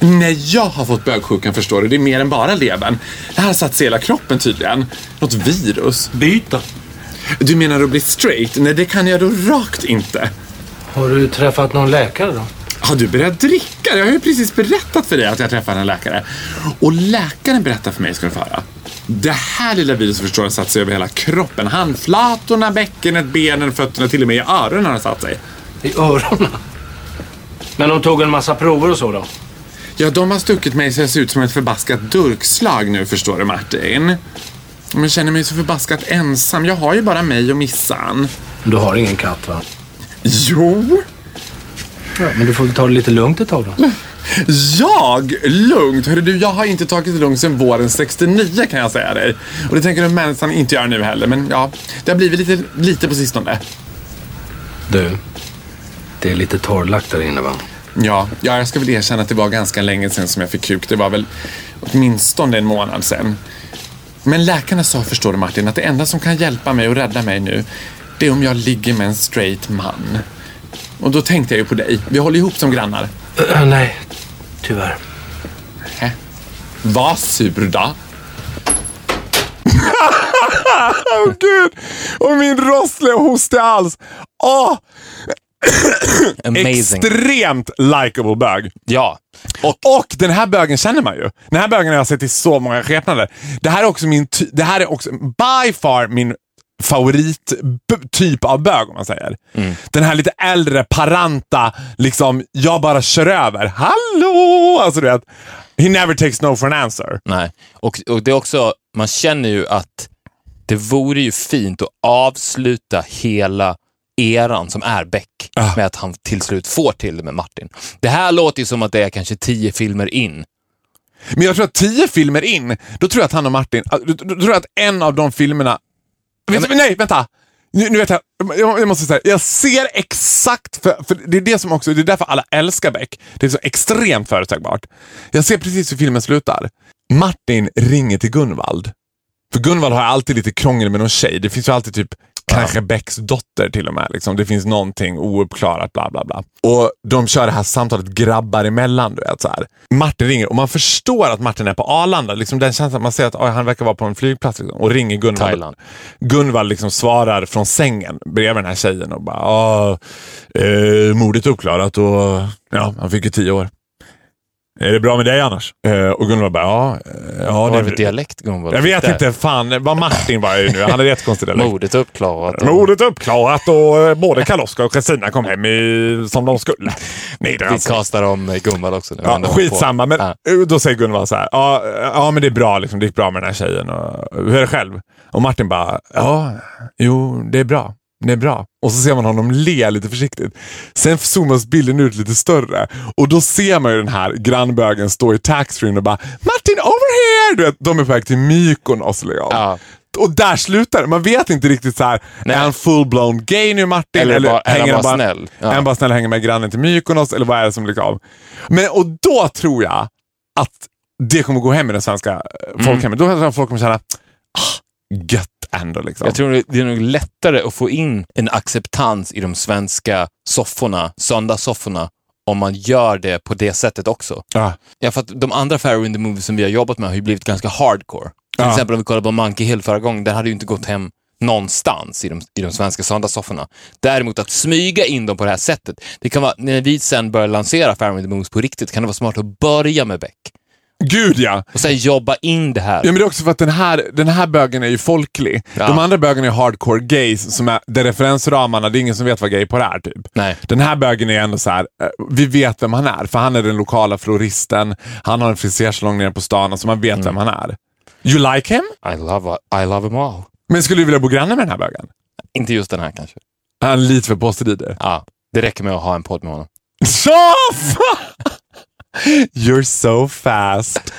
Speaker 1: När jag har fått bögsjukan, förstår du, det är mer än bara levern. Det här har satt sig i hela kroppen tydligen. Något virus.
Speaker 4: Byt då.
Speaker 1: Du menar att bli straight? Nej, det kan jag då rakt inte.
Speaker 4: Har du träffat någon läkare då?
Speaker 1: Har du börjat dricka? Jag har ju precis berättat för dig att jag träffade en läkare. Och läkaren berättar för mig, ska du få höra. Det här lilla viruset förstår jag har satt sig över hela kroppen. Handflatorna, bäckenet, benen, fötterna, till och med i öronen har det satt sig.
Speaker 4: I öronen? Men de tog en massa prover och så då?
Speaker 1: Ja, de har stuckit mig så jag ser ut som ett förbaskat durkslag nu, förstår du Martin. Men jag känner mig så förbaskat ensam. Jag har ju bara mig och Missan.
Speaker 4: Du har ingen katt va?
Speaker 1: Jo,
Speaker 4: Ja, men du får väl ta det lite lugnt ett tag då.
Speaker 1: Jag? Lugnt? Hörru du, jag har inte tagit det lugnt sedan våren 69 kan jag säga dig. Och det tänker den människan inte göra nu heller. Men ja, det har blivit lite, lite på sistone.
Speaker 4: Du, det är lite torrlagt där inne va?
Speaker 1: Ja, ja, jag ska väl erkänna att det var ganska länge sedan som jag fick kuk. Det var väl åtminstone en månad sedan. Men läkarna sa, förstår du Martin, att det enda som kan hjälpa mig och rädda mig nu, det är om jag ligger med en straight man. Och då tänkte jag ju på dig. Vi håller ihop som grannar.
Speaker 4: Äh, [clears throat] nej, tyvärr.
Speaker 1: Hä? Var sur då. Åh gud! Och min rossliga hostiga hals. Åh,
Speaker 2: Amazing.
Speaker 1: extremt likable bög.
Speaker 2: ja.
Speaker 1: Och, och den här bögen känner man ju. Den här bögen har jag sett i så många skepnader. Det här är också min, ty- det här är också by far min favorittyp av bög om man säger. Den här lite äldre, paranta, liksom jag bara kör över. Hallå! Alltså du vet, he never takes no for an answer.
Speaker 2: Nej, och, och det är också, man känner ju att det vore ju fint att avsluta hela eran som är Beck
Speaker 1: Ah.
Speaker 2: med att han till slut får till det med Martin. Det här låter ju som att det är kanske tio filmer in.
Speaker 1: Men jag tror att tio filmer in, då tror jag att han och Martin, ah, då, då, då tror jag att en av de filmerna... Vet,
Speaker 2: men-
Speaker 1: Nej, vänta! Nu, nu vet jag, jag, jag måste säga, jag ser exakt, för, för det är det som också, det är därför alla älskar Beck. Det är så extremt förutsägbart. Jag ser precis hur filmen slutar. Martin ringer till Gunvald. För Gunvald har alltid lite krångel med någon tjej. Det finns ju alltid typ Kanske Becks dotter till och med. Liksom. Det finns någonting ouppklarat, bla bla bla. Och de kör det här samtalet grabbar emellan. Du vet, så här. Martin ringer och man förstår att Martin är på Arlanda. Liksom, den känslan, man ser att oj, han verkar vara på en flygplats liksom, och ringer Gunvald.
Speaker 2: Thailand.
Speaker 1: Gunvald liksom svarar från sängen bredvid den här tjejen och bara "Ja, eh, mordet är uppklarat och ja, han fick ju tio år. Är det bra med dig annars? Eh, och Gunvald bara ja. eh, ja
Speaker 2: Vad var
Speaker 1: det,
Speaker 2: det för dialekt Gunvald
Speaker 1: jag
Speaker 2: fick
Speaker 1: vet
Speaker 2: där?
Speaker 1: inte fan vad Martin var ju nu. Han hade jättekonstig dialekt.
Speaker 2: Mordet uppklarat. och-
Speaker 1: Mordet uppklarat och eh, både Karl-Oskar och Kristina kom hem i, som de skulle. Nej, det är
Speaker 2: Vi
Speaker 1: alltså.
Speaker 2: kastar om eh, Gunvald också nu.
Speaker 1: Ja,
Speaker 2: Ändå
Speaker 1: skitsamma,
Speaker 2: på.
Speaker 1: men
Speaker 2: Ja.
Speaker 1: eh, då säger Gunvald så här. Ja, eh, ja men det är bra. Liksom, det gick bra med den här tjejen. Och, hur är det själv? Och Martin bara. Ja, jo det är bra. Det är bra. Och så ser man honom le lite försiktigt. Sen zoomas bilden ut lite större och då ser man ju den här grannbögen stå i taxfree och bara Martin over here! Du vet, de är på väg till Mykonos. Liksom.
Speaker 2: Ja.
Speaker 1: Och där slutar det. Man vet inte riktigt så här, är han full-blown gay nu Martin?
Speaker 2: Eller bara- är han
Speaker 1: hänger
Speaker 2: bara snäll? Ja.
Speaker 1: Är han bara snäll och hänger med grannen till Mykonos? Eller vad är det som liksom... Men, och då tror jag att det kommer gå hem i det svenska
Speaker 2: Mm.
Speaker 1: eh, folkhemmet. Då tror jag att folk kommer känna, ah, gött ändå liksom.
Speaker 2: Jag tror det- det är nog lättare att få in en acceptans i de svenska sofforna, söndagssofforna, om man gör det på det sättet också.
Speaker 1: Ja.
Speaker 2: Ja, för att de andra Farrow in the Movie som vi har jobbat med har ju blivit ganska hardcore. Till
Speaker 1: Ja.
Speaker 2: exempel om vi kollar på Monkey Hill förra gången, den hade ju inte gått hem någonstans i de, i de svenska söndagssofforna. Däremot att smyga in dem på det här sättet, det kan vara, när vi sen börjar lansera Farrow in the Movies på riktigt, kan det vara smart att börja med Beck
Speaker 1: Gud ja!
Speaker 2: och sen jobba in det här.
Speaker 1: Ja, men det är också för att den här, den här bögen är ju folklig.
Speaker 2: Ja.
Speaker 1: De andra bögarna är hardcore gays, som är, där referensramarna, det är ingen som vet vad gay på det är. Typ.
Speaker 2: Nej.
Speaker 1: Den här bögen är ändå så här, eh, vi vet vem han är, för han är den lokala floristen, han har en frisersalong nere på stan, alltså man vet
Speaker 2: Mm.
Speaker 1: vem han är. You like him?
Speaker 2: I, love, I love them all.
Speaker 1: Men skulle du vilja bo granne med den här bögen?
Speaker 2: Inte just den här kanske.
Speaker 1: Han är lite för påstridig.
Speaker 2: Ja, det räcker med att ha en podd med honom.
Speaker 1: Så fa- You're so fast.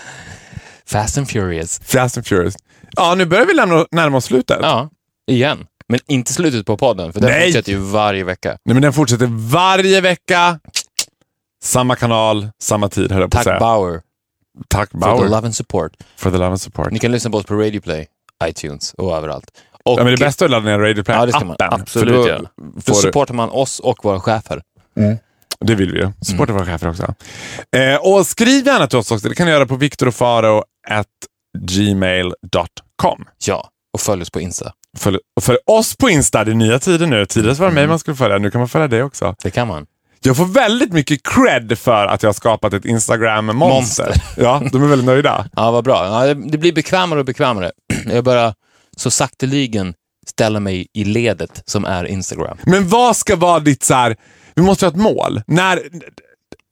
Speaker 2: Fast and Furious.
Speaker 1: Fast and furious. Ja, nu börjar vi lämna, närma oss slutet.
Speaker 2: Ja, igen. Men inte slutet på podden, för den
Speaker 1: Nej.
Speaker 2: fortsätter ju varje vecka.
Speaker 1: Nej, men den fortsätter varje vecka. Samma kanal, samma tid höll jag på att
Speaker 2: Tack
Speaker 1: säga.
Speaker 2: Bauer,
Speaker 1: Tack
Speaker 2: for the
Speaker 1: Bauer.
Speaker 2: love and support.
Speaker 1: For the love and support.
Speaker 2: Ni kan lyssna på oss på Radio Play, iTunes och överallt. Och,
Speaker 1: Ja, men det bästa är att ladda ner Radio Play
Speaker 2: Ja, det ska man
Speaker 1: appen,
Speaker 2: absolut
Speaker 1: för då
Speaker 2: göra. Då
Speaker 1: Får du,
Speaker 2: supportar man oss och våra chefer.
Speaker 1: det vill vi
Speaker 2: Mm.
Speaker 1: ju. Supporta våra chefer också. Eh, och skriv gärna till oss också. Det kan ni göra på viktorofaro.gmail.com.
Speaker 2: Ja, och följ oss på Insta.
Speaker 1: Följ, och följ oss på Insta. Det är nya tider nu. Tidigare så var det
Speaker 2: Mm.
Speaker 1: mig man skulle följa. Nu kan man följa det också.
Speaker 2: Det kan man.
Speaker 1: Jag får väldigt mycket cred för att jag har skapat ett Instagram-monster.
Speaker 2: Monster.
Speaker 1: [laughs] Ja, de är väldigt nöjda.
Speaker 2: Ja, vad bra. Ja, det- det blir bekvämare och bekvämare. [clears throat] Jag börjar så sakteligen ställa mig i ledet som är Instagram.
Speaker 1: Men vad ska vara ditt så här, vi måste ha ett mål. När,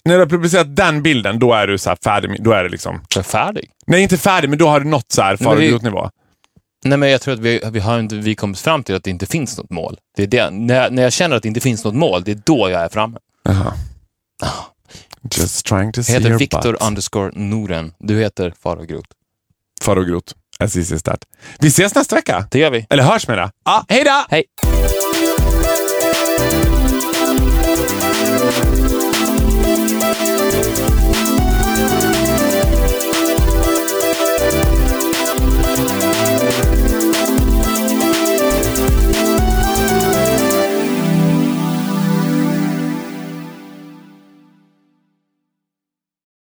Speaker 1: när du har publicerat den bilden, då är du så här färdig. med- Då är det liksom,
Speaker 2: Jag är färdig.
Speaker 1: nej inte färdig, men då har du nått så här
Speaker 2: men vi-
Speaker 1: fara nivå
Speaker 2: Nej, men jag tror att vi, vi har inte vi kommit fram till att det inte finns något mål. Det är det. När, jag, när jag känner att det inte finns något mål, det är då jag är framme.
Speaker 1: Just trying to see
Speaker 2: Ah. Jag heter
Speaker 1: your
Speaker 2: Viktor
Speaker 1: butt.
Speaker 2: underscore Noren. Du heter Farao Groth.
Speaker 1: Faro Groth, as easy as that. Vi ses nästa vecka.
Speaker 2: Det gör vi.
Speaker 1: Eller hörs med det. Ah, hej då!
Speaker 2: Hej!